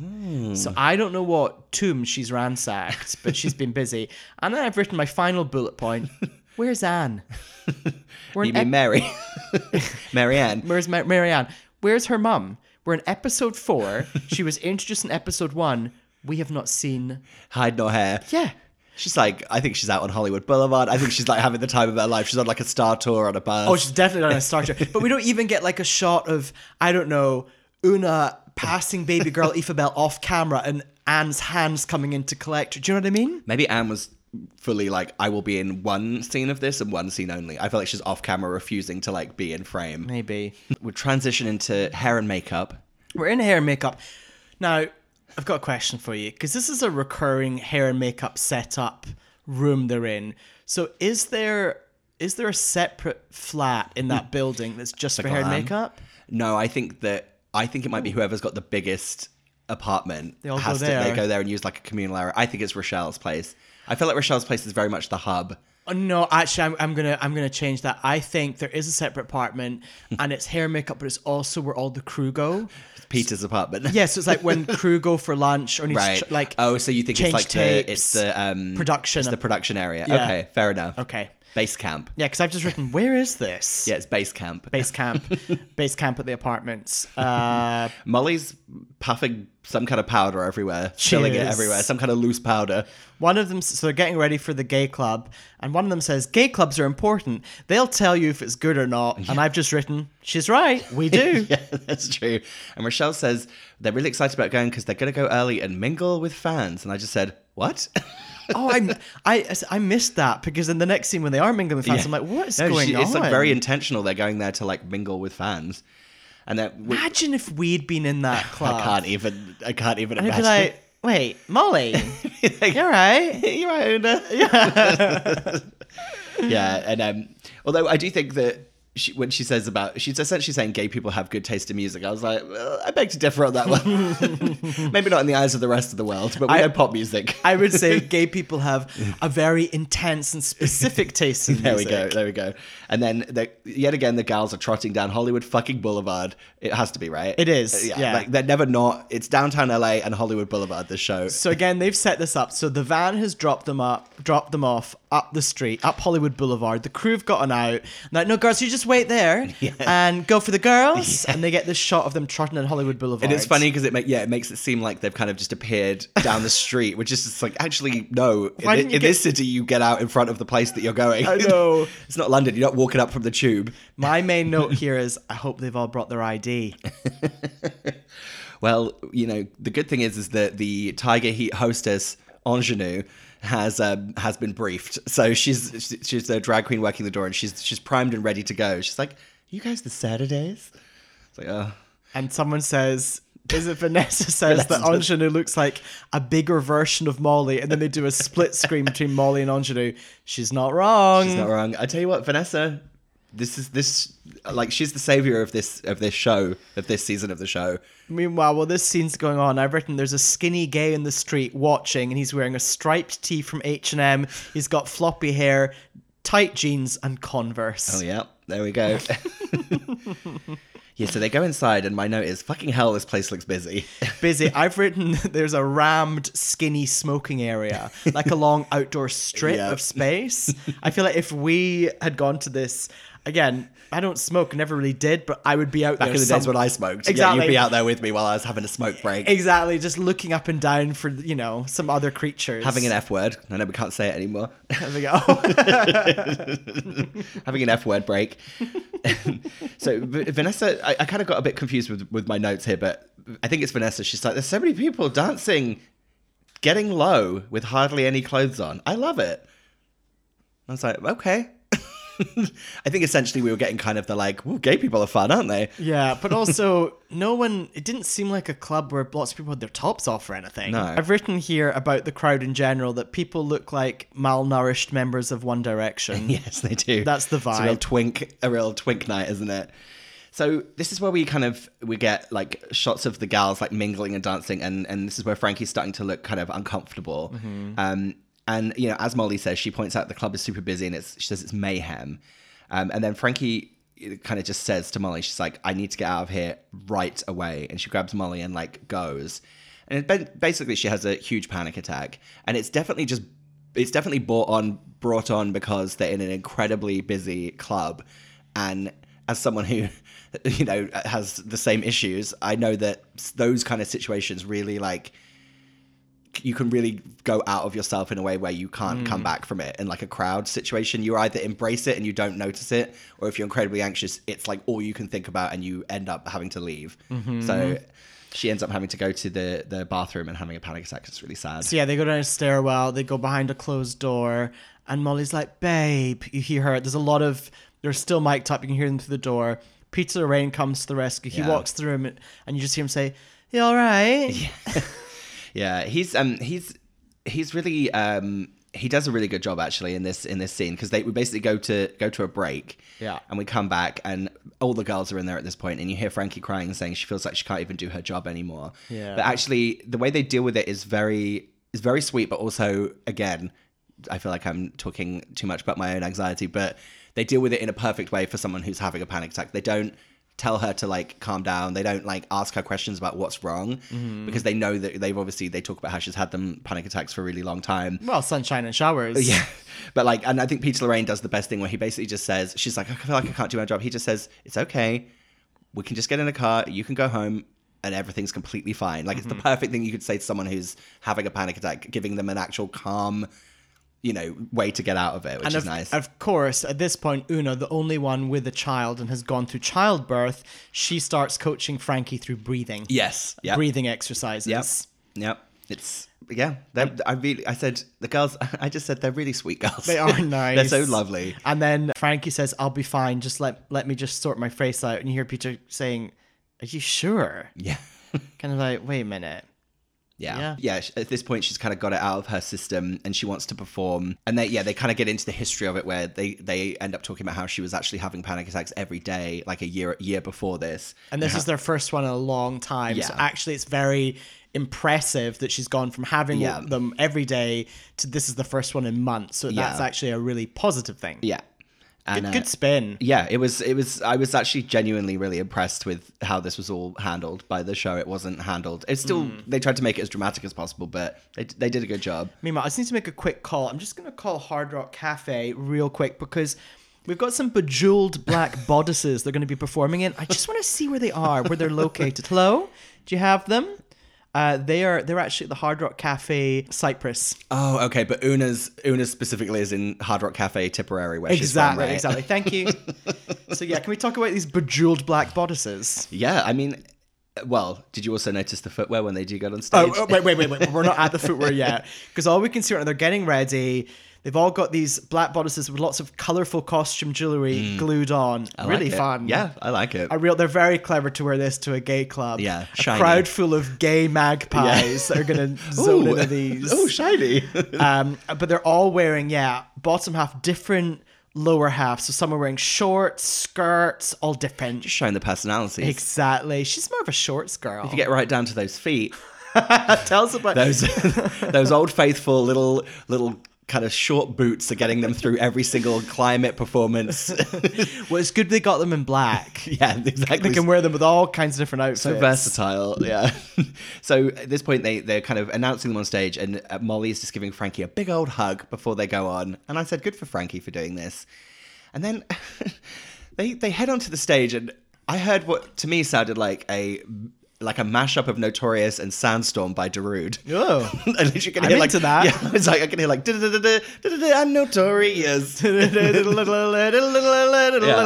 Speaker 6: So I don't know what tomb she's ransacked, but she's been busy. And then I've written my final bullet point. Where's Anne? We're
Speaker 5: you
Speaker 6: in
Speaker 5: mean
Speaker 6: ep-
Speaker 5: Mary? Marianne.
Speaker 6: Where's Ma- Marianne? Where's her mum? We're in episode four. she was introduced in episode one. We have not seen.
Speaker 5: Hide nor hair.
Speaker 6: Yeah.
Speaker 5: She's like, I think she's out on Hollywood Boulevard. I think she's like having the time of her life. She's on like a star tour on a bus.
Speaker 6: Oh, she's definitely not on a Star Trek. But we don't even get like a shot of I don't know Una passing baby girl Ifabel off camera and Anne's hands coming in to collect her. Do you know what I mean?
Speaker 5: Maybe Anne was fully like, I will be in one scene of this and one scene only. I feel like she's off camera refusing to like be in frame.
Speaker 6: Maybe.
Speaker 5: We'll transition into hair and makeup.
Speaker 6: We're in hair and makeup. Now, I've got a question for you because this is a recurring hair and makeup setup room they're in. So is there is there a separate flat in that building that's just for hair and
Speaker 5: glam.
Speaker 6: makeup?
Speaker 5: No, I think that I think it might be whoever's got the biggest apartment
Speaker 6: They all go
Speaker 5: has to
Speaker 6: there.
Speaker 5: they go there and use like a communal area. I think it's Rochelle's place. I feel like Rochelle's place is very much the hub.
Speaker 6: Oh, No, actually, I'm, I'm gonna I'm gonna change that. I think there is a separate apartment, and it's hair and makeup, but it's also where all the crew go.
Speaker 5: Peter's apartment.
Speaker 6: Yeah, so it's like when crew go for lunch or need
Speaker 5: Right.
Speaker 6: to ch- like.
Speaker 5: oh, so you think
Speaker 6: change
Speaker 5: it's like the it's
Speaker 6: tapes,
Speaker 5: the um
Speaker 6: production
Speaker 5: it's the
Speaker 6: of-
Speaker 5: production area.
Speaker 6: Yeah.
Speaker 5: Okay, fair enough.
Speaker 6: Okay.
Speaker 5: Base camp.
Speaker 6: Yeah, because I've just written where is this?
Speaker 5: Yeah, it's base camp.
Speaker 6: Base camp, base camp at the apartments. Uh,
Speaker 5: Molly's puffing some kind of powder everywhere, chilling it
Speaker 6: Cheers.
Speaker 5: everywhere, some kind of loose powder.
Speaker 6: one of them, so they're getting ready for the gay club, and one of them says gay clubs are important. They'll tell you if it's good or not. And I've just written, she's right, we do.
Speaker 5: yeah, that's true. And Rochelle says they're really excited about going because they're going to go early and mingle with fans. And I just said, what?
Speaker 6: Oh, I, I, I missed that because in the next scene when they are mingling with fans, I'm like, what is
Speaker 5: No,
Speaker 6: going
Speaker 5: she-
Speaker 6: on?
Speaker 5: It's like very intentional. They're going there to like mingle with fans. And then we, I
Speaker 6: Imagine if we'd been in that club.
Speaker 5: can't even, I can't even
Speaker 6: I'd be
Speaker 5: imagine.
Speaker 6: like, wait, Molly,
Speaker 5: Like,
Speaker 6: you're right.
Speaker 5: You're right, Una. Yeah. yeah, and um, although I do think that she, when she says about, she's essentially saying gay people have good taste in music. I was like, well, I beg to differ on that one. Maybe not in the eyes of the rest of the world, but we know pop music.
Speaker 6: I would say gay people have a very intense and specific taste in
Speaker 5: there we
Speaker 6: music.
Speaker 5: go. There we go. And then the, yet again, the gals are trotting down Hollywood fucking Boulevard. It has to be right. Uh,
Speaker 6: It is, yeah.
Speaker 5: Like they're never not. It's downtown LA and Hollywood Boulevard. This show.
Speaker 6: So again, they've set this up. So the van has dropped them up, dropped them off up the street, up Hollywood Boulevard. The crew have gotten out. Like, no, girls, you just wait there and go for the girls. And they get this shot of them trotting on Hollywood Boulevard.
Speaker 5: And it's funny because it make, yeah it makes it seem like they've kind of just appeared down the street, which is just like actually no. In,
Speaker 6: Why
Speaker 5: thi-
Speaker 6: didn't you
Speaker 5: in this city, you get out in front of the place that you're going.
Speaker 6: I know.
Speaker 5: it's not London. You're not walking up from the tube.
Speaker 6: My main note here is I hope they've all brought their ID.
Speaker 5: Well, you know the good thing is is that the Tiger Heat hostess Ingenue has um, has been briefed, so she's she's the drag queen working the door, and she's she's primed and ready to go. She's like, "You guys, the Saturdays." It's like, oh.
Speaker 6: And someone says, is it Vanessa says that
Speaker 5: Vanessa.
Speaker 6: Ingenue looks like a bigger version of Molly, and then they do a split screen between Molly and Ingenue. She's not wrong.
Speaker 5: She's not wrong. I tell you what, Vanessa, this is this like she's the savior of this of this show of this season of the show.
Speaker 6: Meanwhile, while this scene's going on, I've written there's a skinny gay in the street watching, and he's wearing a striped tee from H and M. He's got floppy hair, tight jeans, and Converse.
Speaker 5: Oh yeah, there we go. yeah, so they go inside, and my note is fucking hell. This place looks busy.
Speaker 6: Busy. I've written there's a rammed, skinny smoking area, like a long outdoor strip
Speaker 5: Yeah.
Speaker 6: of space. I feel like if we had gone to this again, I don't smoke, never really did, but I would be out
Speaker 5: Back
Speaker 6: there
Speaker 5: in the
Speaker 6: some-
Speaker 5: days when I smoked, yeah,
Speaker 6: Exactly.
Speaker 5: you'd be out there with me while I was having a smoke break,
Speaker 6: Exactly, just looking up and down for you know some other creatures.
Speaker 5: having an F word. I know we can't say it anymore.
Speaker 6: Having a- oh,
Speaker 5: having an F word break. so V- Vanessa, I, I kind of got a bit confused with with my notes here, but I think it's Vanessa. She's like, "There's so many people dancing, getting low with hardly any clothes on. I love it." I was like, "Okay." I think essentially we were getting kind of the like, "Well, gay people are fun, aren't they?"
Speaker 6: Yeah, but also no one. It didn't seem like a club where lots of people had their tops off or anything.
Speaker 5: No.
Speaker 6: I've written here about the crowd in general that people look like malnourished members of One Direction.
Speaker 5: Yes, they do.
Speaker 6: That's the
Speaker 5: It's a real
Speaker 6: vibe.
Speaker 5: twink, a real twink night, isn't it? So this is where we kind of we get like shots of the gals like mingling and dancing, and and this is where Frankie's starting to look kind of uncomfortable.
Speaker 6: Mm-hmm.
Speaker 5: Um, and you know, as Molly says, she points out the club is super busy, and it's she says it's mayhem. Um, and then Frankie kind of just says to Molly, she's like, "I need to get out of here right away," and she grabs Molly and like goes. And it ben- basically, she has a huge panic attack, and it's definitely just it's definitely brought on brought on because they're in an incredibly busy club and as someone who you know has the same issues i know that s- those kind of situations really like you can really go out of yourself in a way where you can't come back from it in like a crowd situation you either embrace it and you don't notice it or if you're incredibly anxious it's like all you can think about and you end up having to leave so she ends up having to go to the, the bathroom and having a panic attack. It's really sad.
Speaker 6: So yeah, they go down a stairwell, they go behind a closed door, and Molly's like, babe, you hear her. There's a lot of, they're still mic'd up, you can hear them through the door. Peter Rain comes to the rescue. He
Speaker 5: Yeah.
Speaker 6: walks through him, and you just hear him say, you all right?
Speaker 5: Yeah, he's um he's he's really um he does a really good job actually in this in this scene because they we basically go to go to a break.
Speaker 6: Yeah.
Speaker 5: And we come back and all the girls are in there at this point and you hear Frankie crying and saying she feels like she can't even do her job anymore.
Speaker 6: Yeah.
Speaker 5: But actually the way they deal with it is very is very sweet but also again I feel like I'm talking too much about my own anxiety but they deal with it in a perfect way for someone who's having a panic attack. They don't tell her to like calm down. They don't like ask her questions about what's wrong because they know that they've obviously they talk about how she's had them panic attacks for a really long time.
Speaker 6: Well, sunshine and showers.
Speaker 5: Yeah. But like, and I think Peter Lorraine does the best thing where he basically just says, she's like, I feel like I can't do my job. He just says, it's okay. We can just get in a car. You can go home and everything's completely fine. Like,
Speaker 6: Mm-hmm.
Speaker 5: it's the perfect thing you could say to someone who's having a panic attack, giving them an actual calm, you know, way to get out of it, which
Speaker 6: And
Speaker 5: is
Speaker 6: of,
Speaker 5: nice.
Speaker 6: of course, at this point, Una, the only one with a child and has gone through childbirth, she starts coaching Frankie through breathing.
Speaker 5: yes. Yeah.
Speaker 6: Breathing exercises.
Speaker 5: Yep. Yep. It's, yeah. They're, I really, I said, the girls, I just said they're really sweet girls.
Speaker 6: They are nice.
Speaker 5: they're so lovely.
Speaker 6: And then Frankie says, "I'll be fine. Just let let me just sort my face out." And you hear Peter saying, "Are you sure?"
Speaker 5: Yeah.
Speaker 6: Kind of like, "Wait a minute."
Speaker 5: Yeah.
Speaker 6: Yeah.
Speaker 5: yeah. sh- At this point, she's kind of got it out of her system and she wants to perform. And they, yeah, they kind of get into the history of it where they, they end up talking about how she was actually having panic attacks every day, like a year, year before this.
Speaker 6: And this is their first one in a long time. So
Speaker 5: Yeah.
Speaker 6: actually, it's very impressive that she's gone from having
Speaker 5: Yeah.
Speaker 6: them every day to this is the first one in months. So that's
Speaker 5: Yeah.
Speaker 6: actually a really positive thing.
Speaker 5: Yeah. And,
Speaker 6: Good,
Speaker 5: uh,
Speaker 6: good spin.
Speaker 5: yeah, it was, it was, I was actually genuinely really impressed with how this was all handled by the show. It wasn't handled. It's still, they tried to make it as dramatic as possible, but they, they did a good job.
Speaker 6: Meanwhile, I just need to make a quick call. I'm just going to call Hard Rock Cafe real quick because we've got some bejeweled black bodices they're going to be performing in. I just want to see where they are, where they're located. Hello, do you have them? Uh, they are. They're actually at the Hard Rock Cafe, Cyprus.
Speaker 5: Oh, okay. But Una's, Una specifically is in Hard Rock Cafe, Tipperary, where she's from,
Speaker 6: exactly.
Speaker 5: right?
Speaker 6: Exactly. Thank you. so yeah, can we talk about these bejeweled black bodices?
Speaker 5: Yeah, I mean, well, did you also notice the footwear when they do get on stage?
Speaker 6: Oh, oh, wait, wait, wait, wait. We're not at the footwear yet. Because all we can see right now, they're getting ready. They've all got these black bodices with lots of colourful costume jewellery glued on.
Speaker 5: Mm. I like
Speaker 6: really
Speaker 5: it.
Speaker 6: fun.
Speaker 5: Yeah, I like it.
Speaker 6: I real they're very clever to wear this to a gay club.
Speaker 5: Yeah,
Speaker 6: A
Speaker 5: shiny.
Speaker 6: crowd full of gay magpies that are gonna zone into these.
Speaker 5: oh, shiny.
Speaker 6: um, but they're all wearing, yeah, bottom half different lower half. So some are wearing shorts, skirts, all different.
Speaker 5: Showing the personalities.
Speaker 6: Exactly. She's more of a shorts girl.
Speaker 5: You get right down to those feet.
Speaker 6: Tell us about
Speaker 5: Those those old faithful little little kind of short boots are getting them through every single climate performance.
Speaker 6: Well, it's good they got them in black.
Speaker 5: yeah, exactly.
Speaker 6: They can wear them with all kinds of different outfits.
Speaker 5: so versatile, yeah. so at this point, they they're kind of announcing them on stage, and uh, Molly is just giving Frankie a big old hug before they go on. And I said, "Good for Frankie for doing this." And then they they head onto the stage, and I heard what to me sounded like a like a mashup of Notorious and Sandstorm by Darude.
Speaker 6: Oh.
Speaker 5: and you can
Speaker 6: I'm
Speaker 5: hear like
Speaker 6: into that.
Speaker 5: Yeah, it's like I can hear like da da da da da da. I'm Notorious.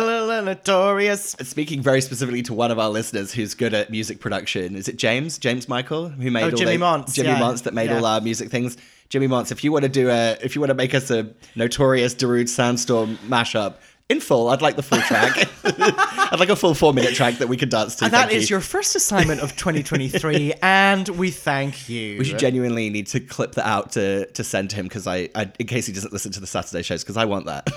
Speaker 6: Notorious.
Speaker 5: Speaking very specifically to one of our listeners who's good at music production, is it James? James Michael, who made
Speaker 6: Oh,
Speaker 5: all
Speaker 6: Jimmy
Speaker 5: the,
Speaker 6: Monts,
Speaker 5: Jimmy
Speaker 6: yeah,
Speaker 5: Monts that made
Speaker 6: yeah.
Speaker 5: all our music things. Jimmy Monts, if you want to do a, if you want to make us a notorious Darude Sandstorm mashup in full, I'd like the full track. I'd like a full four minute track that we can dance to.
Speaker 6: And that
Speaker 5: thank
Speaker 6: is
Speaker 5: you.
Speaker 6: your first assignment of 2023, and we thank you.
Speaker 5: We should genuinely need to clip that out to to send to him because I, I, in case he doesn't listen to the Saturday shows, because I want that.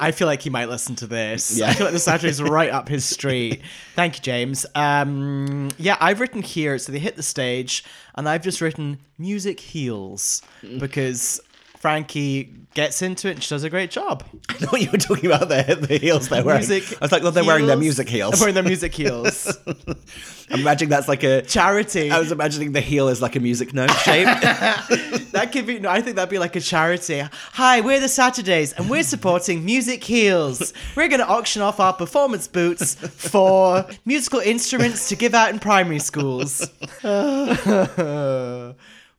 Speaker 6: I feel like he might listen to this.
Speaker 5: Yeah.
Speaker 6: I feel like the Saturday's right up his street. Thank you, James. Um, yeah, I've written here, so they hit the stage, and I've just written music heals
Speaker 5: Mm.
Speaker 6: because Frankie gets into it and she does a great job.
Speaker 5: I know what you were talking about there, the heels they're wearing. I was like, well, they're wearing their music heels.
Speaker 6: They're wearing their music heels.
Speaker 5: I'm imagining that's like a.
Speaker 6: Charity.
Speaker 5: I was imagining the heel is like a music note shape.
Speaker 6: that could be. No, I think that'd be like a charity. Hi, we're the Saturdays, and we're supporting Music Heals. We're going to auction off our performance boots for musical instruments to give out in primary schools.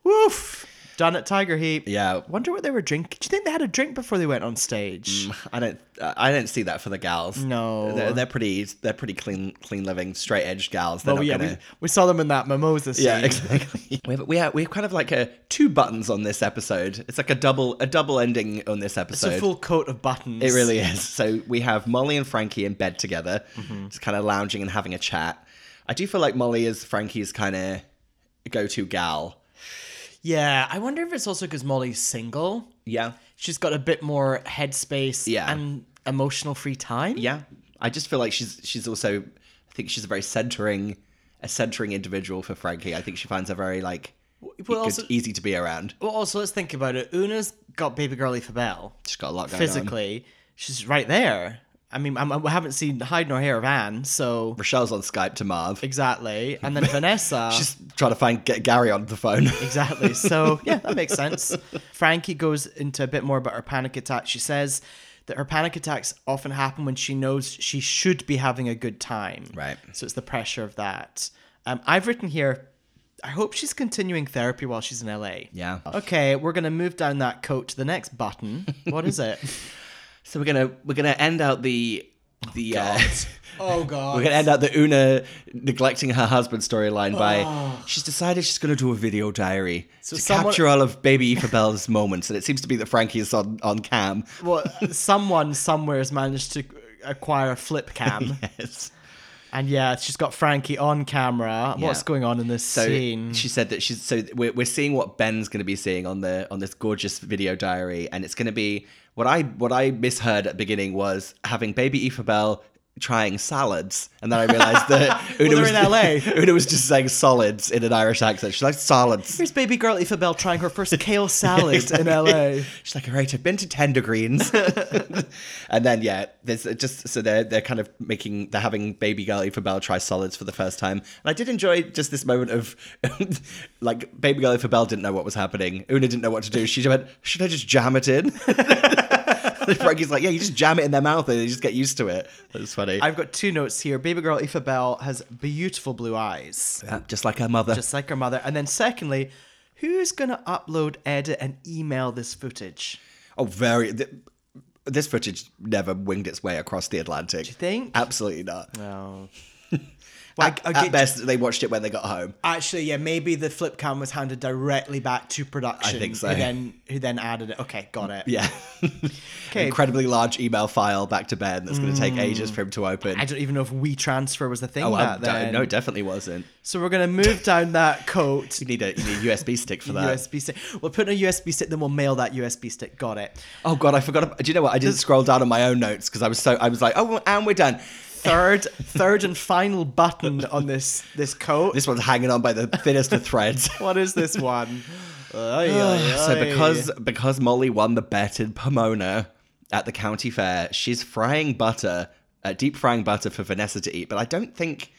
Speaker 6: Woof. Done at Tiger Heat.
Speaker 5: Yeah.
Speaker 6: Wonder what they were drinking. Do you think they had a drink before they went on stage?
Speaker 5: I don't. I don't see that for the gals.
Speaker 6: No.
Speaker 5: they're, they're pretty. They're pretty clean, clean living, straight edge gals. They're
Speaker 6: Well,
Speaker 5: not
Speaker 6: yeah,
Speaker 5: gonna-
Speaker 6: we, we saw them in that mimosa scene.
Speaker 5: yeah, exactly. we have, we have we have kind of like a two buttons on this episode. It's like a double a double ending on this
Speaker 6: It's
Speaker 5: episode.
Speaker 6: a full coat of buttons.
Speaker 5: It really is. So we have Molly and Frankie in bed together,
Speaker 6: Mm-hmm.
Speaker 5: just kind of lounging and having a chat. I do feel like Molly is Frankie's kind of go to gal.
Speaker 6: Yeah, I wonder if it's also because Molly's single.
Speaker 5: Yeah.
Speaker 6: She's got a bit more headspace
Speaker 5: Yeah.
Speaker 6: and emotional free time.
Speaker 5: Yeah. I just feel like she's she's also I think she's a very centering a centering individual for Frankie. I think she finds her very like e-,
Speaker 6: well,
Speaker 5: good-
Speaker 6: also-
Speaker 5: easy to be around.
Speaker 6: Well, also, let's think about it. Una's got baby girly for Belle.
Speaker 5: She's got a lot going on.
Speaker 6: Physically, she's right there. I mean, I'm, I i have not seen hide nor hair of Anne, so.
Speaker 5: Rochelle's on Skype to Marv.
Speaker 6: Exactly. And then Vanessa.
Speaker 5: She's trying to find get Gary on the phone.
Speaker 6: Exactly. So yeah, that makes sense. Frankie goes into a bit more about her panic attack. She says that her panic attacks often happen when she knows she should be having a good time.
Speaker 5: Right.
Speaker 6: So it's the pressure of that. Um, I've written here. I hope she's continuing therapy while she's in LA.
Speaker 5: Yeah.
Speaker 6: Okay, we're gonna move down that coat to the next button. What is it?
Speaker 5: So we're gonna we're gonna end out the the uh,
Speaker 6: oh god.
Speaker 5: We're gonna end up the Una neglecting her husband storyline by she's decided she's gonna do a video diary to
Speaker 6: someone-
Speaker 5: capture all of Baby Isabel's moments, and it seems to be that Frankie is on on cam.
Speaker 6: well, someone somewhere has managed to acquire a flip cam,
Speaker 5: Yes.
Speaker 6: and yeah, she's got Frankie on camera. What's
Speaker 5: Yeah.
Speaker 6: going on in this
Speaker 5: So
Speaker 6: scene?
Speaker 5: she said that she's so we're, we're seeing what Ben's gonna be seeing on the on this gorgeous video diary, and it's gonna be what I what I misheard at the beginning was having Baby Isabel trying salads, and then I realized that Una
Speaker 6: they're
Speaker 5: was
Speaker 6: in LA.
Speaker 5: Una was just saying solids in an Irish accent. She's like salads.
Speaker 6: Here's baby girl Ifabel trying her first kale salad in LA.
Speaker 5: She's like, all right, I've been to Tender Greens. and then, yeah, there's just so they're, they're kind of making, they're having baby girl Ifabel try solids for the first time. And I did enjoy just this moment of like, baby girl Ifabel didn't know what was happening. Una didn't know what to do. She just went, should I just jam it in? And Frankie's like, yeah, you just jam it in their mouth and they just get used to it. That's funny.
Speaker 6: I've got two notes here. Baby girl Ifabel has beautiful blue eyes,
Speaker 5: Yeah, just like her mother.
Speaker 6: just like her mother. And then secondly, who's gonna upload, edit, and email this footage?
Speaker 5: oh, very. th- this footage never winged its way across the Atlantic. Do you
Speaker 6: think?
Speaker 5: Absolutely not.
Speaker 6: No.
Speaker 5: At,
Speaker 6: I- I
Speaker 5: at
Speaker 6: get-
Speaker 5: best, they watched it when they got home.
Speaker 6: Actually, yeah, maybe the flip cam was handed directly back to production.
Speaker 5: I think so.
Speaker 6: Who then, who then added it? Okay, got it.
Speaker 5: Yeah.
Speaker 6: Okay. Mm.
Speaker 5: Incredibly large email file back to Ben that's going to take ages for him to open.
Speaker 6: I don't even know if we transfer was the thing
Speaker 5: oh,
Speaker 6: back
Speaker 5: I'm-
Speaker 6: then.
Speaker 5: no, it definitely wasn't.
Speaker 6: so we're gonna move down that coat.
Speaker 5: You need a, you need a USB stick for that.
Speaker 6: USB stick. We'll put in a USB stick, then we'll mail that USB stick. Got it.
Speaker 5: Oh God, I forgot. About, do you know what? I didn't scroll down on my own notes because I was so I was like, oh, well, and we're done.
Speaker 6: Third, third and final button on this this coat.
Speaker 5: This one's hanging on by the thinnest of threads.
Speaker 6: what is this one?
Speaker 5: so because because Molly won the bet in Pomona at the county fair, she's frying butter, uh, deep frying butter for Vanessa to eat. But I don't think,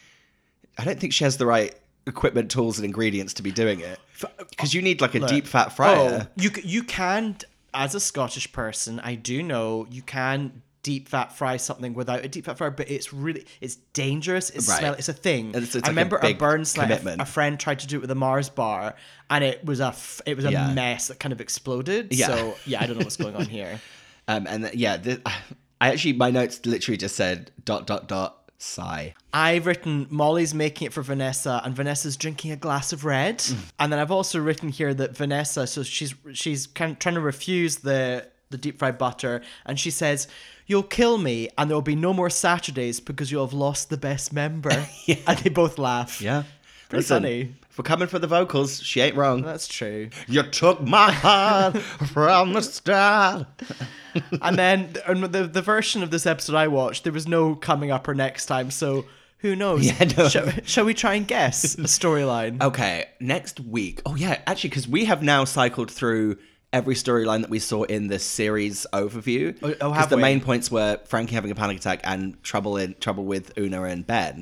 Speaker 5: I don't think she has the right equipment, tools, and ingredients to be doing it.
Speaker 6: uh,
Speaker 5: Because you need like a deep fat
Speaker 6: oh,
Speaker 5: fryer.
Speaker 6: you c- you can as a Scottish person, I do know you can deep fat fry something without a deep fat fryer, but it's really it's dangerous. It's
Speaker 5: Right.
Speaker 6: smell. It's a thing.
Speaker 5: And it's- it's
Speaker 6: I
Speaker 5: like a
Speaker 6: remember a,
Speaker 5: big
Speaker 6: burn slight. A,
Speaker 5: commitment.
Speaker 6: a friend tried to do it with a Mars bar, and it was a f- it was a
Speaker 5: Yeah.
Speaker 6: mess that kind of exploded.
Speaker 5: Yeah.
Speaker 6: So yeah, I don't know what's going on here.
Speaker 5: Um, and th- yeah, th- I actually my notes literally just said dot dot dot sigh.
Speaker 6: I've written Molly's making it for Vanessa, and Vanessa's drinking a glass of red.
Speaker 5: Mm.
Speaker 6: And then I've also written here that Vanessa, so she's she's kind of trying to refuse the the deep fried butter, and she says, "You'll kill me, and there will be no more Saturdays because you'll have lost the best member." And they both laugh.
Speaker 5: Yeah,
Speaker 6: Pretty funny.
Speaker 5: If we're coming for the vocals, she ain't wrong.
Speaker 6: that's true.
Speaker 5: you took my heart from the start.
Speaker 6: and then and the the version of this episode I watched, there was no coming up or next time, so. Who knows?
Speaker 5: Yeah, no.
Speaker 6: shall, shall we try and guess a storyline?
Speaker 5: Okay, next week. Oh yeah, actually, because we have now cycled through every storyline that we saw in the series overview.
Speaker 6: Oh, oh,
Speaker 5: 'Cause
Speaker 6: have
Speaker 5: the
Speaker 6: we?
Speaker 5: main points were Frankie having a panic attack and trouble in trouble with Una and Ben.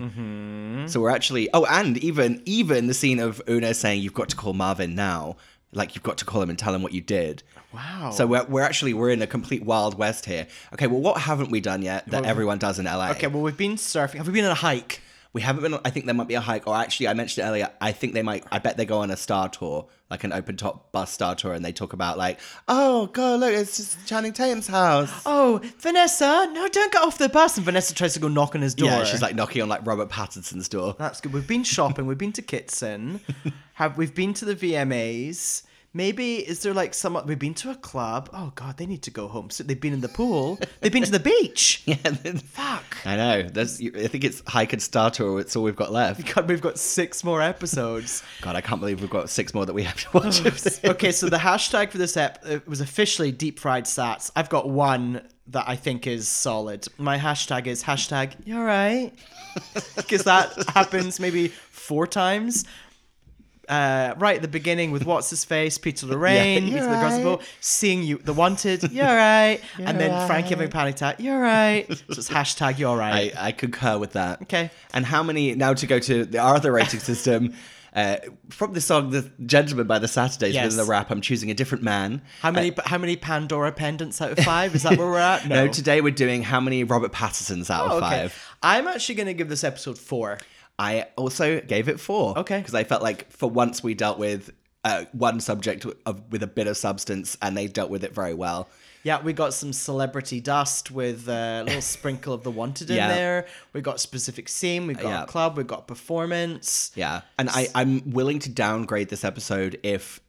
Speaker 6: Mm-hmm.
Speaker 5: So we're actually oh, and even even the scene of Una saying you've got to call Marvin now, like you've got to call him and tell him what you did.
Speaker 6: Wow.
Speaker 5: So we're, we're actually we're in a complete wild west here. Okay, well, what haven't we done yet that everyone does in LA?
Speaker 6: Okay, well, we've been surfing. Have we been on a hike?
Speaker 5: We haven't been. on- I think there might be a hike, or actually, I mentioned it earlier. I think they might. I bet they go on a star tour, like an open top bus star tour, and they talk about like, oh god, look, it's just Channing Tatum's house.
Speaker 6: Oh, Vanessa, no, don't get off the bus. And Vanessa tries to go knock on his door.
Speaker 5: Yeah, she's like knocking on like Robert Pattinson's door.
Speaker 6: That's good. We've been shopping. We've been to Kitson. Have we've been to the VMAs? Maybe is there like some? We've been to a club. Oh God, they need to go home. So they've been in the pool. They've been to the beach.
Speaker 5: Yeah, then-
Speaker 6: Fuck.
Speaker 5: I know. There's, I think it's hike and star tour. It's all we've got left.
Speaker 6: God, we've got six more episodes.
Speaker 5: God, I can't believe we've got six more that we have to watch. of this.
Speaker 6: okay, Oh, so the hashtag for this ep it was officially deep fried sats. I've got one that I think is solid. My hashtag is hashtag you're right. Because that happens maybe four times. Uh, right at the beginning with what's his face, Peter Lorraine,
Speaker 5: You're
Speaker 6: Peter the Gospel,
Speaker 5: right.
Speaker 6: seeing you, the wanted, you're right, and then Frankie having a panic attack, you're right. So it's hashtag you're
Speaker 5: I,
Speaker 6: right.
Speaker 5: I concur with that.
Speaker 6: Okay.
Speaker 5: And how many now to go to the, our other rating system? Uh, from the song "The Gentleman" by the Saturdays
Speaker 6: Yes.
Speaker 5: within the rap, I'm choosing a different man.
Speaker 6: how many how many Pandora pendants out of five? Is that where we're at?
Speaker 5: No, today we're doing how many Robert Pattersons out
Speaker 6: Oh,
Speaker 5: of
Speaker 6: okay.
Speaker 5: five.
Speaker 6: I'm actually going to give this episode four.
Speaker 5: I also gave it four.
Speaker 6: Okay.
Speaker 5: Because I felt like for once we dealt with uh, one subject of, with a bit of substance, and they dealt with it very well.
Speaker 6: Yeah, we got some celebrity dust with uh, a little sprinkle of the wanted in
Speaker 5: Yeah.
Speaker 6: there. We got specific scene. We got
Speaker 5: Yeah.
Speaker 6: a club. We got performance.
Speaker 5: Yeah. And I, I'm willing to downgrade this episode if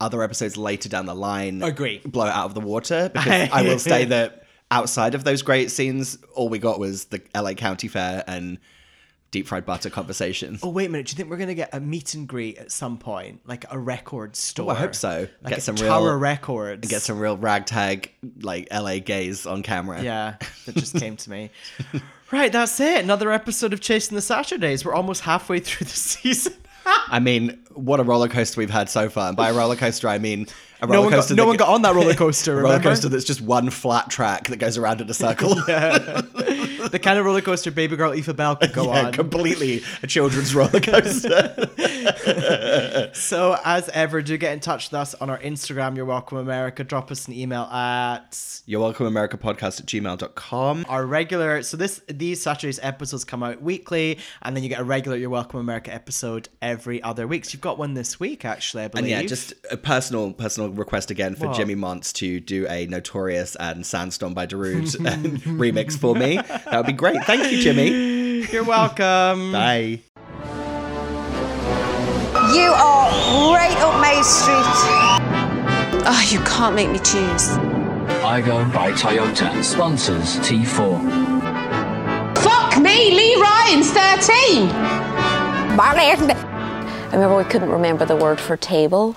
Speaker 5: other episodes later down the line
Speaker 6: Agree.
Speaker 5: blow it out of the water because I will say that outside of those great scenes, all we got was the LA County Fair and deep fried butter conversations.
Speaker 6: Oh wait a minute! Do you think we're gonna get a meet and greet at some point, like a record store?
Speaker 5: Oh, I hope so.
Speaker 6: Like
Speaker 5: Get
Speaker 6: at
Speaker 5: some
Speaker 6: Tower
Speaker 5: real-
Speaker 6: Records.
Speaker 5: Get some real ragtag like LA gays on camera.
Speaker 6: Yeah, that just came to me. Right, that's it. Another episode of Chasing the Saturdays. We're almost halfway through the season.
Speaker 5: I mean, what a roller coaster we've had so far. And by a roller coaster I mean a roller
Speaker 6: No one, got,
Speaker 5: coaster
Speaker 6: no
Speaker 5: that-
Speaker 6: one got on that roller coaster.
Speaker 5: roller
Speaker 6: remember?
Speaker 5: coaster that's just one flat track that goes around in a circle.
Speaker 6: the kind of roller coaster baby girl Eva Bell could go
Speaker 5: Yeah,
Speaker 6: on.
Speaker 5: completely a children's roller coaster.
Speaker 6: So, as ever, do get in touch with us on our Instagram, You're Welcome America. Drop us an email at
Speaker 5: You're welcome, America Podcast at gmail.com.
Speaker 6: our regular. So, this these Saturdays episodes come out weekly, and then you get a regular You're Welcome America episode every other week. So, you've got one this week, actually, I believe.
Speaker 5: And yeah, just a personal personal request again for
Speaker 6: What?
Speaker 5: Jimmy Monts to do a Notorious and Sandstorm by Darude um, remix for me. That would be great. Thank you, Jimmy.
Speaker 6: You're welcome.
Speaker 5: Bye.
Speaker 1: You are right up my street.
Speaker 2: Oh, you can't make me choose.
Speaker 3: I go by Toyota sponsors T4.
Speaker 4: Fuck me, Lee Ryan's 13.
Speaker 2: I remember we couldn't remember the word for table.